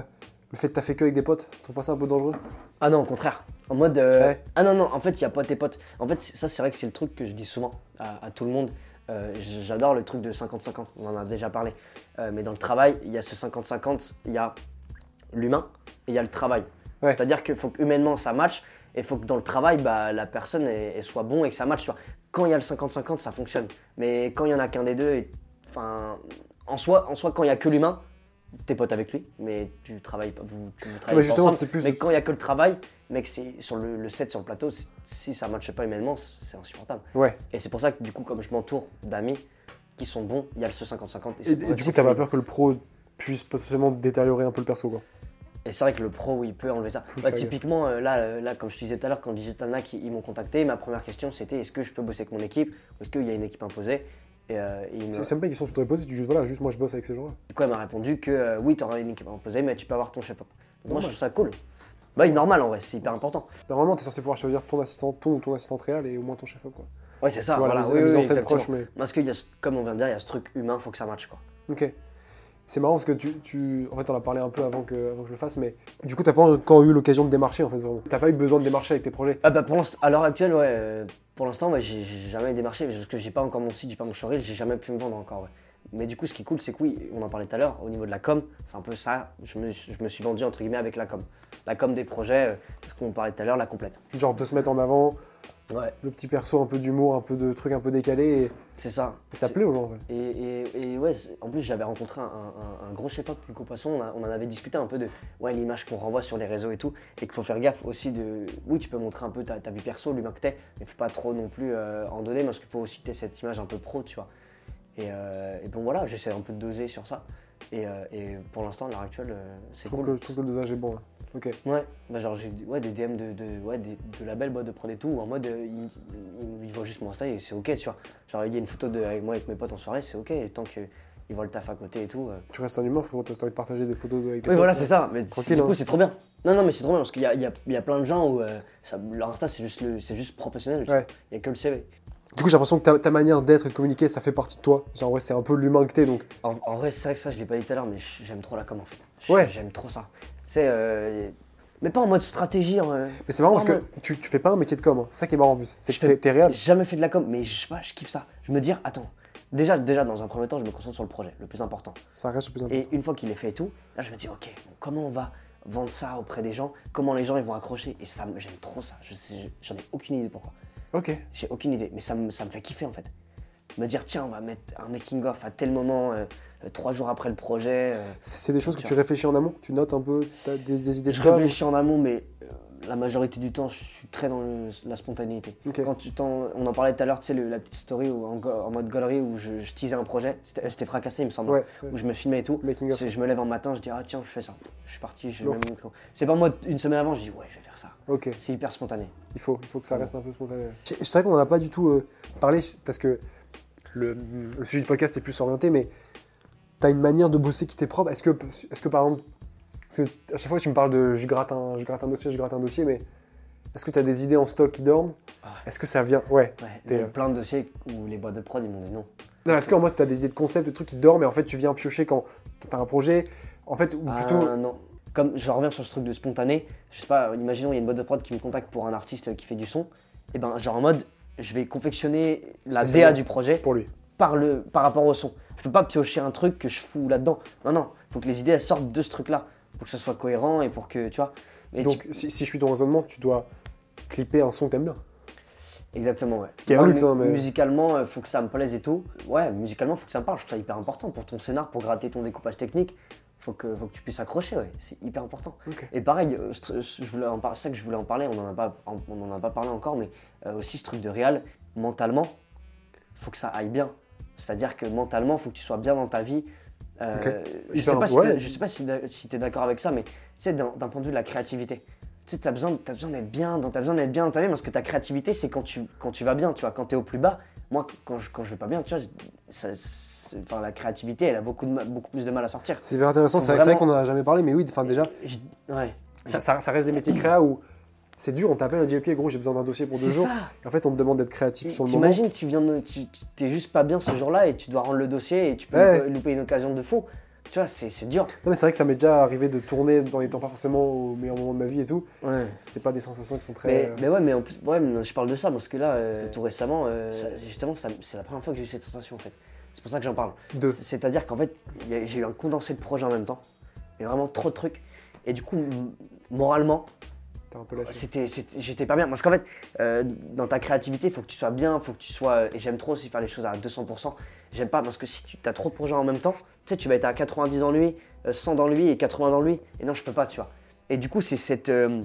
Speaker 3: le fait que t'as fait que avec des potes Tu trouves pas ça un peu dangereux
Speaker 2: Ah non, au contraire. En mode. euh,
Speaker 3: Ouais.
Speaker 2: Ah non, non, en fait, il n'y a pas tes potes. En fait, c'est- ça, c'est vrai que c'est le truc que je dis souvent à, à tout le monde. Euh, j- J'adore le truc de 50-50, on en a déjà parlé. Euh, mais dans le travail, il y a ce 50-50, il y a l'humain et il y a le travail.
Speaker 3: Ouais.
Speaker 2: C'est-à-dire qu'il faut que humainement ça matche et il faut que dans le travail, bah, la personne elle, elle soit bon et que ça matche. tu vois. Quand il y a le 50-50, ça fonctionne. Mais quand il n'y en a qu'un des deux, et- enfin, en soi, en soi, quand il n'y a que l'humain, t'es pote avec lui, mais tu travailles pas. Vous, tu- vous travaillez pas
Speaker 3: justement,
Speaker 2: ensemble.
Speaker 3: c'est plus-
Speaker 2: Mais quand il n'y a que le travail, mec, c'est sur le, le set, sur le plateau, c'est- si ça ne matche pas humainement, c'est insupportable.
Speaker 3: Ouais.
Speaker 2: Et c'est pour ça que du coup, comme je m'entoure d'amis qui sont bons, il y a le ce 50-50.
Speaker 3: Et,
Speaker 2: c'est
Speaker 3: et
Speaker 2: pour ça que
Speaker 3: du coup,
Speaker 2: c'est
Speaker 3: t'as pas
Speaker 2: fluide.
Speaker 3: peur que le pro puisse potentiellement détériorer un peu le perso quoi.
Speaker 2: Et c'est vrai que le pro, il peut enlever ça. Bah,
Speaker 3: Faut que je fasse gaffe.
Speaker 2: typiquement, euh, là, euh, là, comme je te disais tout à l'heure, quand Digital Nac, ils, ils m'ont contacté, ma première question c'était est-ce que je peux bosser avec mon équipe ou est-ce qu'il y a une équipe imposée et, euh, et ils me-
Speaker 3: C'est, c'est même pas une question que tu devrais poser, tu dis juste voilà, juste moi je bosse avec ces gens-là.
Speaker 2: Du coup, elle m'a répondu que euh, oui, t'auras une équipe imposée, mais tu peux avoir ton chef op. Donc, Moi, je trouve ça cool. Bah, il est normal en vrai, c'est hyper important.
Speaker 3: Normalement, t'es censé pouvoir choisir ton assistant, ton ou ton assistante réelle et au moins ton chef-op quoi.
Speaker 2: Ouais, c'est ça.
Speaker 3: Tu vois, la
Speaker 2: Ah, voilà,
Speaker 3: mise-
Speaker 2: oui,
Speaker 3: la mise
Speaker 2: oui,
Speaker 3: en scène
Speaker 2: exactement.
Speaker 3: proche, mais-
Speaker 2: Parce que, y a ce- comme on vient de dire, il y a ce truc humain, faut que ça matche quoi.
Speaker 3: Ok. C'est marrant parce que tu, tu. En fait, on a parlé un peu avant que, avant que je le fasse, mais du coup, t'as pas encore eu l'occasion de démarcher en fait vraiment. T'as pas eu besoin de démarcher avec tes projets.
Speaker 2: Ah bah pour l'instant, à l'heure actuelle, ouais. euh, Pour l'instant, ouais, j'ai j'ai jamais démarché parce que j'ai pas encore mon site, j'ai pas mon showreel, j'ai jamais pu me vendre encore. ouais. Mais du coup, ce qui est cool, c'est que oui, on en parlait tout à l'heure, au niveau de la com, c'est un peu ça. Je me, je me suis vendu entre guillemets avec la com. La com des projets, euh, parce qu'on parlait tout à l'heure, la complète.
Speaker 3: Genre de se mettre en avant,
Speaker 2: Ouais,
Speaker 3: Le petit perso, un peu d'humour, un peu de trucs un peu décalés. Et,
Speaker 2: c'est ça.
Speaker 3: et ça
Speaker 2: C'est-
Speaker 3: plaît aux gens, en vrai.
Speaker 2: Et, et- et ouais, c'est- en plus j'avais rencontré un, un- un gros chef-op du Copasson, on, a- on en avait discuté un peu de ouais, l'image qu'on renvoie sur les réseaux et tout, et qu'il faut faire gaffe aussi de... Oui, tu peux montrer un peu ta, ta vie perso, l'humain que t'es, mais faut pas trop non plus euh, en donner, parce qu'il faut aussi que t'aies cette image un peu pro, tu vois. Et, euh, et bon voilà, j'essaie un peu de doser sur ça, et, euh, et pour l'instant, à l'heure actuelle, euh, c'est
Speaker 3: Je trouve,
Speaker 2: cool.
Speaker 3: que, je trouve que le dosage est bon. là. Ok.
Speaker 2: Ouais, bah genre j'ai ouais, des DM de, de, ouais, des- de labels, boîte de prod et tout, où en mode euh, ils, ils- ils voient juste mon Insta et c'est ok, tu vois. Genre il y a une photo de avec moi avec mes potes en soirée, c'est ok, tant qu'ils voient le taf à côté et tout. euh.
Speaker 3: Tu restes un humain, frérot, t'as envie de partager des photos de- avec tes
Speaker 2: Oui,
Speaker 3: potes,
Speaker 2: voilà,
Speaker 3: ouais.
Speaker 2: c'est ça, mais c'est-
Speaker 3: Tranquille,
Speaker 2: du
Speaker 3: hein.
Speaker 2: coup c'est trop bien. Non, non, mais c'est trop bien parce qu'il y a, il y, a, il y a plein de gens où euh, ça, leur Insta c'est juste, le- c'est juste professionnel, tu
Speaker 3: Ouais.
Speaker 2: vois. il y a que le CV.
Speaker 3: Du coup, j'ai l'impression que ta, ta manière d'être et de communiquer, ça fait partie de toi. Genre, ouais, c'est un peu l'humain que t'es, donc.
Speaker 2: En, en vrai, c'est vrai que ça, je l'ai pas dit tout à l'heure, mais j- j'aime trop la com en fait. J-
Speaker 3: Ouais.
Speaker 2: J'aime trop ça. C'est. euh, mais pas en mode stratégie. hein.
Speaker 3: Mais c'est marrant
Speaker 2: Non,
Speaker 3: parce que tu, tu fais pas un métier de com. hein. C'est ça qui est marrant en plus. C'est que t'es, t'es réel.
Speaker 2: J'ai jamais fait de la com, mais je sais pas, je kiffe ça. Je me dire, attends, déjà, déjà dans un premier temps, je me concentre sur le projet, le plus important.
Speaker 3: Ça reste le plus important.
Speaker 2: Et une fois qu'il est fait et tout, là, je me dis, ok, bon, comment on va vendre ça auprès des gens Comment les gens ils vont accrocher Et ça, me- j'aime trop ça. Je sais- j'en ai aucune idée pourquoi.
Speaker 3: Ok.
Speaker 2: J'ai aucune idée, mais ça me, ça me fait kiffer en fait. Me dire, tiens, on va mettre un making-of à tel moment, euh, euh, trois jours après le projet. euh,
Speaker 3: C'est, c'est des choses que
Speaker 2: Tiens.
Speaker 3: tu réfléchis en amont. Tu notes un peu, t'as des, des idées de
Speaker 2: Je
Speaker 3: com.
Speaker 2: réfléchis en amont, mais euh, la majorité du temps, je suis très dans le- la spontanéité.
Speaker 3: Ok.
Speaker 2: Quand tu t'en- on en parlait tout à l'heure, tu sais, le- la petite story où- en, go- en mode galerie où je, je teasais un projet, c'était euh, c'était fracassé, il me semble,
Speaker 3: Ouais.
Speaker 2: où je me filmais et tout.
Speaker 3: Making of.
Speaker 2: C'est- Je me lève un matin, je dis ah tiens, je fais ça. Je suis parti, je
Speaker 3: Lourd.
Speaker 2: mets mon micro. C'est pas moi une semaine avant, je dis ouais, je vais faire ça.
Speaker 3: Ok.
Speaker 2: C'est hyper spontané.
Speaker 3: Il faut, il faut que ça reste un peu spontané. C'est c'est vrai qu'on n'en a pas du tout euh, parlé parce que le, le sujet du podcast est plus orienté, mais t'as une manière de bosser qui t'est propre. Est-ce que, est-ce que par exemple, parce que à chaque fois tu me parles de je gratte un, je gratte un dossier, je gratte un dossier, mais est-ce que t'as des idées en stock qui dorment
Speaker 2: Ah ouais.
Speaker 3: Est-ce que ça vient Ouais.
Speaker 2: Ouais.
Speaker 3: T'es- euh,
Speaker 2: Il y a plein de dossiers où les boîtes de prod ils m'ont dit non.
Speaker 3: Non, est-ce qu'en mode t'as des idées de concept, de trucs qui dorment, et en fait tu viens piocher quand t'as un projet, en fait, ou plutôt.
Speaker 2: Ah, non. Comme je reviens sur ce truc de spontané, je sais pas, imaginons il y a une boîte de prod qui me contacte pour un artiste qui fait du son, et ben genre en mode je vais confectionner la
Speaker 3: Spécialement
Speaker 2: DA du projet
Speaker 3: Pour lui.
Speaker 2: par, le, par rapport au son. Je peux pas piocher un truc que je fous là-dedans. Non, non, faut que les idées elles sortent de ce truc-là. Pour que ce soit cohérent et pour que, tu vois. Et
Speaker 3: Donc,
Speaker 2: tu-
Speaker 3: si, si je suis ton raisonnement, tu dois clipper un son que t'aimes bien.
Speaker 2: Exactement, ouais.
Speaker 3: ce qui est un
Speaker 2: Moi,
Speaker 3: luxe,
Speaker 2: mu-
Speaker 3: hein, mais-
Speaker 2: Musicalement, euh, faut que ça me plaise et tout. Ouais, musicalement, faut que ça me parle. Je trouve ça hyper important pour ton scénar, pour gratter ton découpage technique. Faut que, faut que tu puisses accrocher, ouais. C'est hyper important.
Speaker 3: Ok.
Speaker 2: Et pareil, euh, ce tru- ce- je voulais en par- ça que je voulais en parler, on en a pas, en- on en a pas parlé encore, mais euh, aussi ce truc de réal, mentalement, faut que ça aille bien. C'est-à-dire que mentalement, faut que tu sois bien dans ta vie. Euh,
Speaker 3: Ok.
Speaker 2: Je sais
Speaker 3: Hyper-
Speaker 2: pas si
Speaker 3: ouais.
Speaker 2: t'es- je sais pas si, d'a- si t'es d'accord avec ça, mais tu sais, d'un d'un point de vue de la créativité, tu sais, t'as besoin, t'as besoin d'être bien, dans- t'as besoin d'être bien dans ta vie, parce que ta créativité, c'est quand tu, quand tu vas bien, tu vois, quand t'es au plus bas. Moi, quand je, quand je vais pas bien, tu vois, ça- c'est- enfin, la créativité, elle a beaucoup, de ma- beaucoup plus de mal à sortir.
Speaker 3: C'est hyper intéressant, c'est vrai- c'est vrai qu'on en a jamais parlé, mais oui, enfin Ah, déjà,
Speaker 2: Je- ouais.
Speaker 3: ça, ça- ça reste des métiers créa où c'est dur, on t'appelle, on dit ok gros j'ai besoin d'un dossier pour deux
Speaker 2: C'est
Speaker 3: jours.
Speaker 2: ça.
Speaker 3: Et en fait on te demande d'être créatif sur le moment.
Speaker 2: T'imagines, tu viens, de- tu, tu- t'es juste pas bien ce jour-là et tu dois rendre le dossier et tu peux
Speaker 3: Ouais.
Speaker 2: louper une occasion de fou. Tu vois, c'est, c'est dur.
Speaker 3: Non mais c'est vrai que ça m'est déjà arrivé de tourner dans les temps pas forcément au meilleur moment de ma vie et tout.
Speaker 2: Ouais.
Speaker 3: C'est pas des sensations qui sont très.
Speaker 2: Mais,
Speaker 3: euh,
Speaker 2: mais ouais, mais en plus, ouais, mais je parle de ça parce que là, euh, tout récemment, euh, ça- justement, ça- c'est la première fois que j'ai eu cette sensation en fait. C'est pour ça que j'en parle.
Speaker 3: de...
Speaker 2: C'est- C'est-à-dire qu'en fait, il y a- j'ai eu un condensé de projets en même temps, mais vraiment trop de trucs. Et du coup, m- moralement, bah,
Speaker 3: T'as un peu lâché.
Speaker 2: c'était, c'était- j'étais pas bien. Parce qu'en fait, euh, dans ta créativité, il faut que tu sois bien, faut que tu sois. Et j'aime trop aussi faire les choses à 200%. J'aime pas parce que si tu as trop de projets en même temps, tu sais, tu vas être à 90 dans lui, euh, 100 dans lui et 80 dans lui. Et non, je peux pas, tu vois. Et du coup, c'est cette. euh,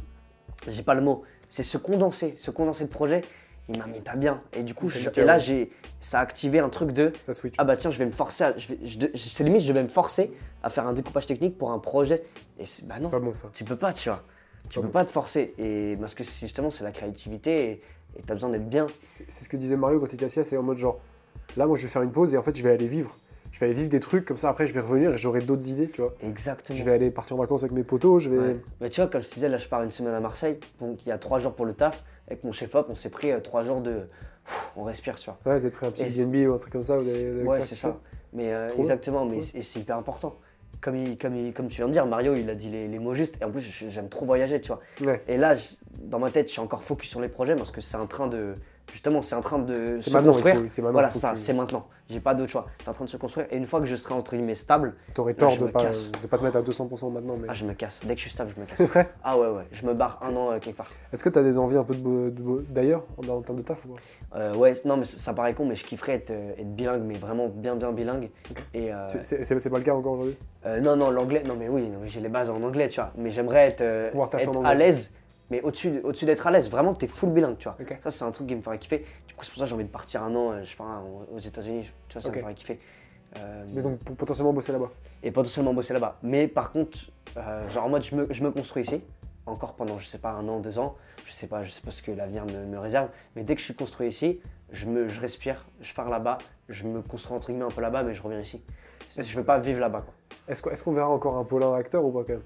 Speaker 2: j'ai pas le mot. C'est ce condensé, ce condensé de projet, il m'a mis pas bien. Et du coup, je- et là, j'ai, ça a activé un truc de.
Speaker 3: Ça switch.
Speaker 2: Ah bah tiens, je vais me forcer à. je vais- je- je- c'est limite, je vais me forcer à faire un découpage technique pour un projet. Et c'est. Bah non.
Speaker 3: Pas bon ça.
Speaker 2: Tu peux pas, tu vois. Tu
Speaker 3: Pas
Speaker 2: peux
Speaker 3: bon.
Speaker 2: pas te forcer. Et parce que c'est- justement, c'est la créativité et et t'as besoin d'être bien.
Speaker 3: C'est c'est ce que disait Mario quand il était assis, c'est en mode genre là moi je vais faire une pause et en fait je vais aller vivre. Je vais aller vivre des trucs comme ça après je vais revenir et j'aurai d'autres idées tu vois.
Speaker 2: Exactement.
Speaker 3: Je vais aller partir en vacances avec mes potos, je vais.
Speaker 2: Mm. Ouais. Mais tu vois, comme je te disais, là, je pars une semaine à Marseille. Donc, il y a trois jours pour le taf. Avec mon chef-op, on s'est pris euh, trois jours de. Pff, on respire, tu vois.
Speaker 3: Ouais, vous avez pris un petit
Speaker 2: Et c'est-
Speaker 3: Airbnb ou un truc comme ça, Ah, vous allez- vous allez
Speaker 2: Ouais,
Speaker 3: faire
Speaker 2: c'est
Speaker 3: quelque
Speaker 2: ça.
Speaker 3: chose.
Speaker 2: Mais euh,
Speaker 3: Trop bien,
Speaker 2: exactement, mais
Speaker 3: bien.
Speaker 2: c'est c'est hyper important. Comme, il- comme, il- comme tu viens de dire, Mario, il a dit les, les mots justes. Et en plus, je- j'aime trop voyager, tu vois.
Speaker 3: Ouais.
Speaker 2: Et là, je- dans ma tête, je suis encore focus sur les projets parce que c'est en train de, Justement, c'est en train de se
Speaker 3: maintenant, il
Speaker 2: construire.
Speaker 3: faut- c'est maintenant,
Speaker 2: voilà,
Speaker 3: faut
Speaker 2: ça,
Speaker 3: que tu-
Speaker 2: c'est maintenant. J'ai pas d'autre choix. C'est en train de se construire. Et une fois que je serai entre guillemets stable,
Speaker 3: T'aurais
Speaker 2: là,
Speaker 3: tort
Speaker 2: je
Speaker 3: de
Speaker 2: me
Speaker 3: pas,
Speaker 2: casse.
Speaker 3: de pas te mettre à 200% maintenant, mais
Speaker 2: Ah, je me casse. Dès que je suis stable, je me
Speaker 3: (laughs) c'est (laughs)
Speaker 2: casse.
Speaker 3: vrai.
Speaker 2: Ah ouais, ouais. Je me barre un an euh, quelque part.
Speaker 3: Est-ce que t'as des envies un peu de bo- de bo- d'ailleurs en, en termes de taf ou pas
Speaker 2: Euh, ouais, non, mais ça, ça paraît con, mais je kifferais être, euh, être bilingue, mais vraiment bien, bien bilingue. Et euh,
Speaker 3: C'est- C'est c'est- c'est pas le cas encore aujourd'hui
Speaker 2: euh, non, non, l'anglais, non, mais oui, non, mais j'ai les bases en anglais, tu vois. Mais j'aimerais être, euh,
Speaker 3: Pouvoir taffer
Speaker 2: être
Speaker 3: en anglais.
Speaker 2: à l'aise, mais au-dessus de- au-dessus d'être à l'aise, vraiment, t'es full bilingue, tu vois.
Speaker 3: Ok.
Speaker 2: Ça, c'est un truc qui me ferait kiffer. Du coup, c'est pour ça que j'ai envie de partir un an, euh, je sais pas, aux États-Unis, tu vois, ça
Speaker 3: Ok.
Speaker 2: me ferait kiffer. Euh,
Speaker 3: Mais donc pour potentiellement bosser là-bas.
Speaker 2: et potentiellement bosser là-bas. Mais par contre, euh, genre en mode, je me, je me construis ici, encore pendant, je sais pas, un an, deux ans, je sais pas, je sais pas ce que l'avenir me, me réserve, mais dès que je suis construit ici, je, me, je respire, je pars là-bas, je me construis entre guillemets un peu là-bas, mais je reviens ici. Je veux pas vivre là-bas. quoi.
Speaker 3: Est-ce qu'on est-ce qu'on verra encore un Paulin acteur ou pas quand même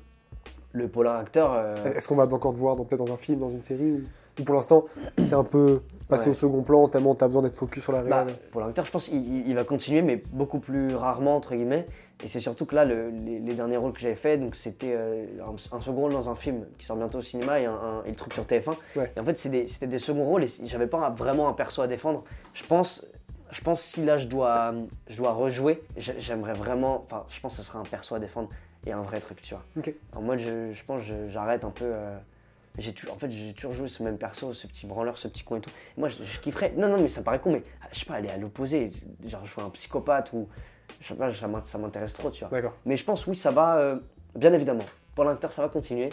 Speaker 2: Le polar acteur, euh,
Speaker 3: Est-ce qu'on va encore te voir dans- peut-être dans un film, dans une série ou, ou pour l'instant c'est un peu passé
Speaker 2: Ouais.
Speaker 3: au second plan tellement t'as besoin d'être focus sur la
Speaker 2: bah,
Speaker 3: réelle
Speaker 2: polar acteur, je pense qu'il il- il va continuer, mais beaucoup plus rarement entre guillemets. Et c'est surtout que là, le- les, les derniers rôles que j'avais fait, donc c'était euh, un, un second rôle dans un film qui sort bientôt au cinéma et, un- un- et le truc sur TF1.
Speaker 3: Ouais.
Speaker 2: Et en fait, c'est des- c'était des seconds rôles et c- j'avais pas un- vraiment un perso à défendre. Je pense, je pense si là je dois, euh, je dois rejouer, j'a- j'aimerais vraiment. Enfin, je pense que ce sera un perso à défendre et un vrai truc, tu vois.
Speaker 3: Ok.
Speaker 2: En mode, je, je pense que je- j'arrête un peu. euh, j'ai toujours, en fait, j'ai toujours joué ce même perso, ce petit branleur, ce petit con et tout. Moi, je, je kifferais. Non, non, mais ça paraît con, mais ah, je sais pas, aller à l'opposé. Genre, jouer un psychopathe ou. Je sais pas, ça m'int- ça m'intéresse trop, tu vois.
Speaker 3: D'accord,
Speaker 2: Mais je pense, oui, ça va. euh, bien évidemment. Pour l'acteur, ça va continuer.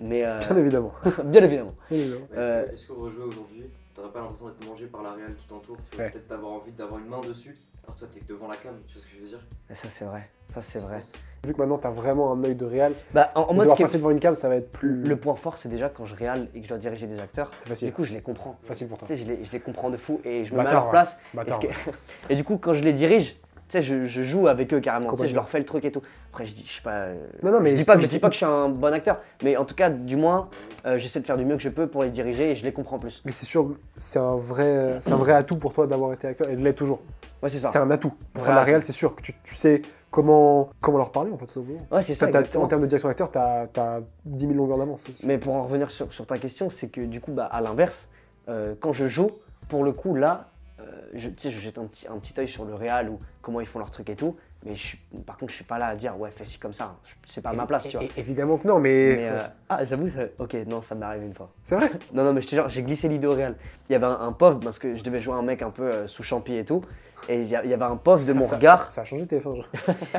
Speaker 2: Mais. euh,
Speaker 3: bien évidemment.
Speaker 2: (laughs)
Speaker 3: (laughs)
Speaker 2: bien évidemment.
Speaker 3: Bien évidemment.
Speaker 7: Mais Est-ce
Speaker 2: Euh,
Speaker 7: que, est-ce que rejouer aujourd'hui, t'aurais pas l'impression d'être mangé par la réelle qui t'entoure Tu vas
Speaker 3: Ouais.
Speaker 7: peut-être avoir envie d'avoir une main dessus, alors toi t'es que devant la cam, tu vois ce que je veux dire
Speaker 2: Et Ça c'est vrai, ça c'est vrai.
Speaker 3: Vu que maintenant t'as vraiment un œil de réel,
Speaker 2: Bah, en, en
Speaker 3: de
Speaker 2: mode, ce
Speaker 3: devoir
Speaker 2: qui est-
Speaker 3: passer devant une cam ça va être plus
Speaker 2: le point fort, c'est déjà quand je réal et que je dois diriger des acteurs,
Speaker 3: C'est facile.
Speaker 2: du coup je les comprends.
Speaker 3: C'est facile pour
Speaker 2: Tu
Speaker 3: toi.
Speaker 2: sais, je les, je les comprends de fou et je me mets à
Speaker 3: Bâtard,
Speaker 2: leur
Speaker 3: ouais.
Speaker 2: place. Et,
Speaker 3: Bâtard.
Speaker 2: ce que- (laughs) et du coup, quand je les dirige, tu sais, je, je joue avec eux carrément. Tu sais, je
Speaker 3: Complètement.
Speaker 2: leur fais le truc et tout. Après, je dis, je suis pas. euh,
Speaker 3: Non, non, mais
Speaker 2: je dis
Speaker 3: c'est-
Speaker 2: pas, que-
Speaker 3: mais
Speaker 2: je dis
Speaker 3: c'est-
Speaker 2: pas que je suis un bon acteur, mais en tout cas, du moins, euh, j'essaie de faire du mieux que je peux pour les diriger et je les comprends plus.
Speaker 3: Mais c'est sûr, c'est un vrai, c'est un vrai atout pour toi d'avoir été acteur et de l'être toujours.
Speaker 2: Ouais, c'est ça.
Speaker 3: C'est un atout.
Speaker 2: Vrai
Speaker 3: Pour faire de la
Speaker 2: atout.
Speaker 3: réelle, c'est sûr que tu, tu sais comment, comment leur parler en fait. tout simplement.
Speaker 2: Ouais, c'est ça.
Speaker 3: T'as- t'as-
Speaker 2: exactement.
Speaker 3: en termes de direction d'acteur, t'as as 10 000 longueurs d'avance. c'est sûr.
Speaker 2: Mais pour en revenir sur, sur ta question, c'est que du coup, bah, à l'inverse, euh, quand je joue, pour le coup, là, euh, je- tu sais, je jette un petit, un petit œil sur le Real ou comment ils font leur truc et tout. Mais je suis- par contre, je suis pas là à dire, ouais, fais ci comme ça. hein. Je- C'est pas à ma place, tu vois.
Speaker 3: É- évidemment que non, mais,
Speaker 2: Mais, euh, ah, j'avoue, ça- ok, non, ça m'est arrivé une fois.
Speaker 3: c'est vrai.
Speaker 2: (laughs) Non, non, mais je te jure, j'ai glissé l'idée au Real. Il y avait un, un pauvre, parce que je devais jouer un mec un peu euh, sous champi et tout. Et il y, a- il y avait un pauvre de
Speaker 3: Ça-
Speaker 2: mon
Speaker 3: ça-
Speaker 2: regard (laughs)
Speaker 3: Ça, ça a changé TF1. genre.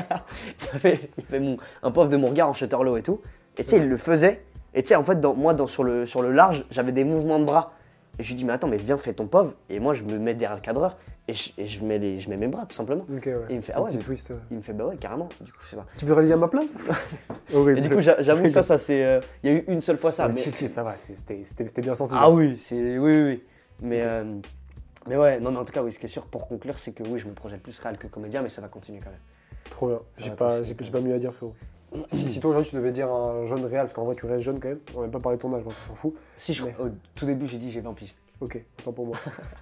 Speaker 2: il y avait, il y avait mon- un prof de mon regard en Shutterlow et tout. Et tu sais, il le faisait. Et tu sais, en fait, dans, moi, dans, sur, le, sur le large, j'avais des mouvements de bras. Et je lui dis, mais attends, mais viens, fais ton pauvre. Et moi, je me mets derrière le cadreur et je, et je mets, les, je mets mes bras, tout simplement.
Speaker 3: Ok, ouais.
Speaker 2: Il me fait,
Speaker 3: C'est
Speaker 2: ah
Speaker 3: un
Speaker 2: ouais,
Speaker 3: petit
Speaker 2: mais-
Speaker 3: twist. euh.
Speaker 2: Il me fait, bah ouais, carrément. Du coup, je sais pas.
Speaker 3: Tu veux réaliser à
Speaker 2: (laughs)
Speaker 3: ma place Horrible.
Speaker 2: Et du coup, j'a- j'avoue, ça, ça c'est. euh, Il y a eu une seule fois ça.
Speaker 3: Ah, mais
Speaker 2: mais-
Speaker 3: chill, chill, ça va, c'est- c'était c'était- c'était bien senti.
Speaker 2: Ah oui, c'est oui, oui, oui. Mais, euh, mais ouais, non, mais en tout cas, oui, ce qui est sûr pour conclure, c'est que oui, je me projette plus réel que comédien, mais ça va continuer quand même.
Speaker 3: Trop bien. J'ai
Speaker 2: Ouais,
Speaker 3: pas,
Speaker 2: possible,
Speaker 3: j'ai- j'ai
Speaker 2: ouais.
Speaker 3: pas mieux à dire, frérot. si, si toi aujourd'hui tu devais dire un jeune réel, parce qu'en vrai tu restes jeune quand même, on va même pas parler de ton âge, donc on s'en fout.
Speaker 2: Si je.
Speaker 3: Mais-
Speaker 2: Au tout début, j'ai dit j'ai 20 piges.
Speaker 3: Ok, autant
Speaker 2: (laughs)
Speaker 3: pour moi.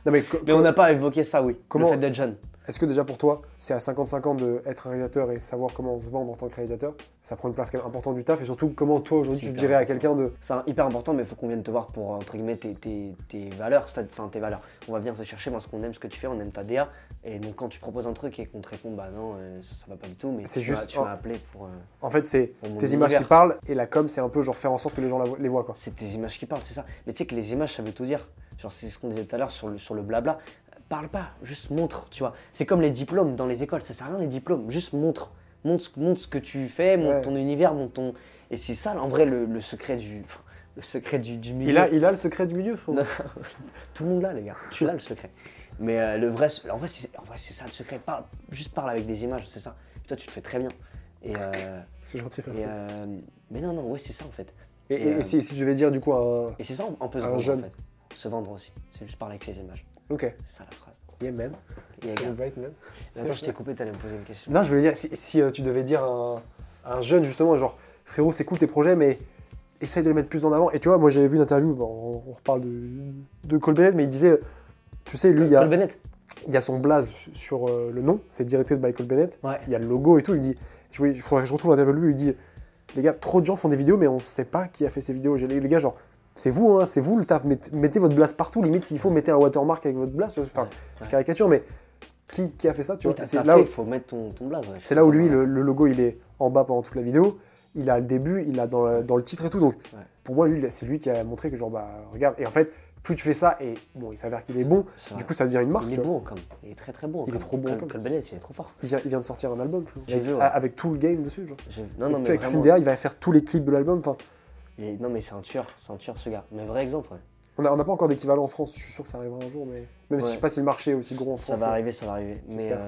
Speaker 3: non mais, co-
Speaker 2: Mais on n'a pas évoqué ça, oui.
Speaker 3: Comment-
Speaker 2: Le fait d'être jeune.
Speaker 3: est-ce que déjà pour toi, c'est à 55 ans d'être un réalisateur et savoir comment se vendre en tant que réalisateur Ça prend une place quand même importante du taf et surtout comment toi aujourd'hui
Speaker 2: C'est
Speaker 3: tu
Speaker 2: hyper
Speaker 3: dirais à
Speaker 2: important.
Speaker 3: quelqu'un de.
Speaker 2: C'est hyper important, mais il faut qu'on vienne te voir pour, entre guillemets, tes, tes- tes valeurs. c'est-à-dire- Enfin, tes valeurs. On va venir te chercher parce qu'on aime ce que tu fais, on aime ta DA. Et donc, quand tu proposes un truc et qu'on te répond, bah non, euh, ça, ça va pas du tout, mais
Speaker 3: C'est
Speaker 2: tu
Speaker 3: juste-
Speaker 2: m'as- tu m'as appelé pour. euh,
Speaker 3: En fait, c'est
Speaker 2: Pour mon
Speaker 3: tes images
Speaker 2: univers.
Speaker 3: qui parlent et la com, c'est un peu genre faire en sorte que les gens la vo- les voient quoi.
Speaker 2: c'est tes images qui parlent, c'est ça. Mais tu sais que les images, ça veut tout dire. Genre, c'est ce qu'on disait tout à l'heure sur le, sur le blabla. Euh, Parle pas, juste montre, tu vois. C'est comme les diplômes dans les écoles, ça sert à rien les diplômes, juste montre. Montre, ce- montre ce que tu fais, montre
Speaker 3: Ouais.
Speaker 2: ton univers, montre ton. Et c'est ça, en vrai, le, le secret du. Le secret du, du milieu.
Speaker 3: Il a, il a le secret du milieu, frérot.
Speaker 2: Non, Tout le monde l'a, les gars. Tu l'as le secret. Mais euh, le vrai, en vrai, c'est en vrai, c'est ça le secret. Parle, juste parle avec des images, c'est ça. Toi, tu le fais très bien. Et, euh,
Speaker 3: C'est gentil, frère.
Speaker 2: et, euh, mais non, non, ouais, c'est ça en fait.
Speaker 3: Et, et-
Speaker 2: euh,
Speaker 3: et si, si je vais dire du coup un.
Speaker 2: Et c'est ça, on peut se
Speaker 3: Un
Speaker 2: vendre
Speaker 3: jeune.
Speaker 2: en fait. Se vendre aussi. C'est juste parler avec ses images.
Speaker 3: Ok.
Speaker 2: C'est ça la phrase.
Speaker 3: Yeah, man.
Speaker 2: Et les gars,
Speaker 3: Celebrate, man.
Speaker 2: mais attends, je t'ai coupé, t'allais me poser une question.
Speaker 3: Non, je voulais dire, si, si, euh, tu devais dire à un, à un jeune, justement, genre, frérot, c'est cool tes projets, mais essaye de les mettre plus en avant. Et tu vois, moi, j'avais vu une interview, bon, on, on reparle de, de Cole Bennett, mais il disait, euh, tu sais, lui, il y a,
Speaker 2: Cole Bennett.
Speaker 3: il y a son blaze su- sur euh, le nom, c'est Directed by Cole Bennett,
Speaker 2: Ouais.
Speaker 3: il y a le logo et tout, il dit, je, voulais- il faudrait que je retrouve l'interview de lui, il dit, les gars, trop de gens font des vidéos, mais on sait pas qui a fait ces vidéos. J'ai- Les, les gars, genre, C'est vous, hein, c'est vous le taf. Mettez, mettez votre blast partout. Limite, s'il faut, mettez un watermark avec votre blast. Enfin, je caricature, mais qui, qui a fait ça, tu
Speaker 2: Oui,
Speaker 3: vois
Speaker 2: t'as
Speaker 3: C'est
Speaker 2: t'as
Speaker 3: là
Speaker 2: fait,
Speaker 3: où-
Speaker 2: faut mettre ton, ton blaze. ouais.
Speaker 3: c'est là où lui, le, le logo, il est en bas pendant toute la vidéo. Il a le début, il a dans, le- dans le titre et tout. Donc,
Speaker 2: Ouais.
Speaker 3: pour moi, lui, c'est lui qui a montré que, genre, bah, regarde. Et en fait, plus tu fais ça, et bon, il s'avère qu'il est bon,
Speaker 2: C'est
Speaker 3: du
Speaker 2: vrai.
Speaker 3: coup, ça devient une marque.
Speaker 2: il
Speaker 3: tu
Speaker 2: est
Speaker 3: vois.
Speaker 2: bon comme. Il est très très bon.
Speaker 3: Il est
Speaker 2: comme-
Speaker 3: trop bon
Speaker 2: Cole-
Speaker 3: comme.
Speaker 2: Cole Bennett, il est trop fort.
Speaker 3: Il, vient, il vient de sortir un album, frérot.
Speaker 2: J'ai vu, ouais.
Speaker 3: A- avec tout le game dessus. Genre.
Speaker 2: J'ai- Non, non, mais
Speaker 3: avec
Speaker 2: vraiment,
Speaker 3: Fundera, il va faire tous les clips de l'album. Enfin,
Speaker 2: il est- Non, mais c'est un tueur, c'est un tueur ce gars. Mais vrai exemple, ouais.
Speaker 3: on n'a on n'a pas encore d'équivalent en France, je suis sûr que ça arrivera un jour, mais même si
Speaker 2: Ouais.
Speaker 3: je sais pas si le marché est aussi gros en
Speaker 2: Ça
Speaker 3: France.
Speaker 2: va
Speaker 3: mais-
Speaker 2: arriver, ça va arriver. Mais
Speaker 3: J'espère.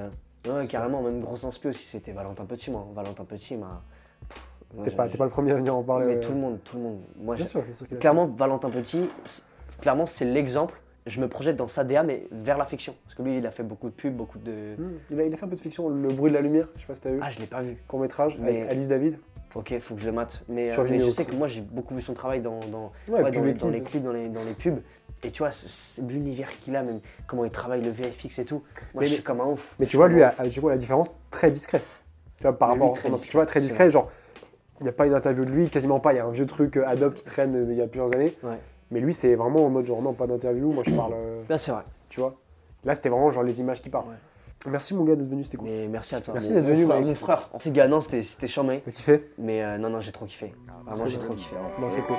Speaker 2: euh, ouais, carrément, même grosse inspi aussi, c'était Valentin Petit, moi. Valentin Petit m'a. Pff, moi,
Speaker 3: T'es pas,
Speaker 2: j'ai-
Speaker 3: t'es pas le premier à venir en parler.
Speaker 2: Mais
Speaker 3: ouais.
Speaker 2: tout le monde, tout le monde. Moi,
Speaker 3: Bien
Speaker 2: j'ai-
Speaker 3: sûr, bien sûr qu'il a-
Speaker 2: clairement, Valentin Petit, c'est- clairement, c'est l'exemple. Je me projette dans sa DA, mais vers la fiction. Parce que lui, il a fait beaucoup de pubs, beaucoup de.
Speaker 3: Hmm, Il a, il a fait un peu de fiction, Le bruit de la lumière, je sais pas si t'as vu,
Speaker 2: Ah, je l'ai pas vu.
Speaker 3: court métrage,
Speaker 2: mais-
Speaker 3: avec Alice David.
Speaker 2: Ok, faut que je le mate. Mais,
Speaker 3: Sur
Speaker 2: euh, mais je
Speaker 3: Vimeo,
Speaker 2: sais
Speaker 3: quoi.
Speaker 2: que moi, j'ai beaucoup vu son travail dans, dans,
Speaker 3: Ouais,
Speaker 2: ouais,
Speaker 3: puis
Speaker 2: dans,
Speaker 3: les
Speaker 2: les, dans les
Speaker 3: clips.
Speaker 2: clips, dans les, dans les pubs. Et tu vois, c'est- c'est l'univers qu'il a, même comment il travaille le VFX et tout. Moi,
Speaker 3: Mais-
Speaker 2: je suis comme un ouf.
Speaker 3: Mais tu vois, lui,
Speaker 2: a...
Speaker 3: a, a- je vois la différence très discret. Tu vois, par
Speaker 2: Mais lui,
Speaker 3: rapport
Speaker 2: très
Speaker 3: à-
Speaker 2: discret,
Speaker 3: Tu vois, très
Speaker 2: c'est
Speaker 3: discret, genre, il n'y a pas une interview de lui, quasiment pas. Il y a un vieux truc euh, Adobe qui traîne euh, il y a plusieurs années.
Speaker 2: Ouais.
Speaker 3: Mais lui, c'est vraiment en mode genre, non, pas d'interview, moi je parle, euh,
Speaker 2: Là, Ah, c'est vrai.
Speaker 3: tu vois. Là, c'était vraiment genre les images qui parlent. Merci mon gars d'être venu, c'était cool.
Speaker 2: Mais merci à toi.
Speaker 3: Merci
Speaker 2: mon-
Speaker 3: d'être
Speaker 2: mon
Speaker 3: venu,
Speaker 2: frère,
Speaker 3: mec.
Speaker 2: Mon frère. C'est gars, non, c'était c'était chambé.
Speaker 3: T'as kiffé
Speaker 2: Mais euh, non, non, j'ai trop kiffé. Vraiment, j'ai trop kiffé.
Speaker 3: Non, c'est cool.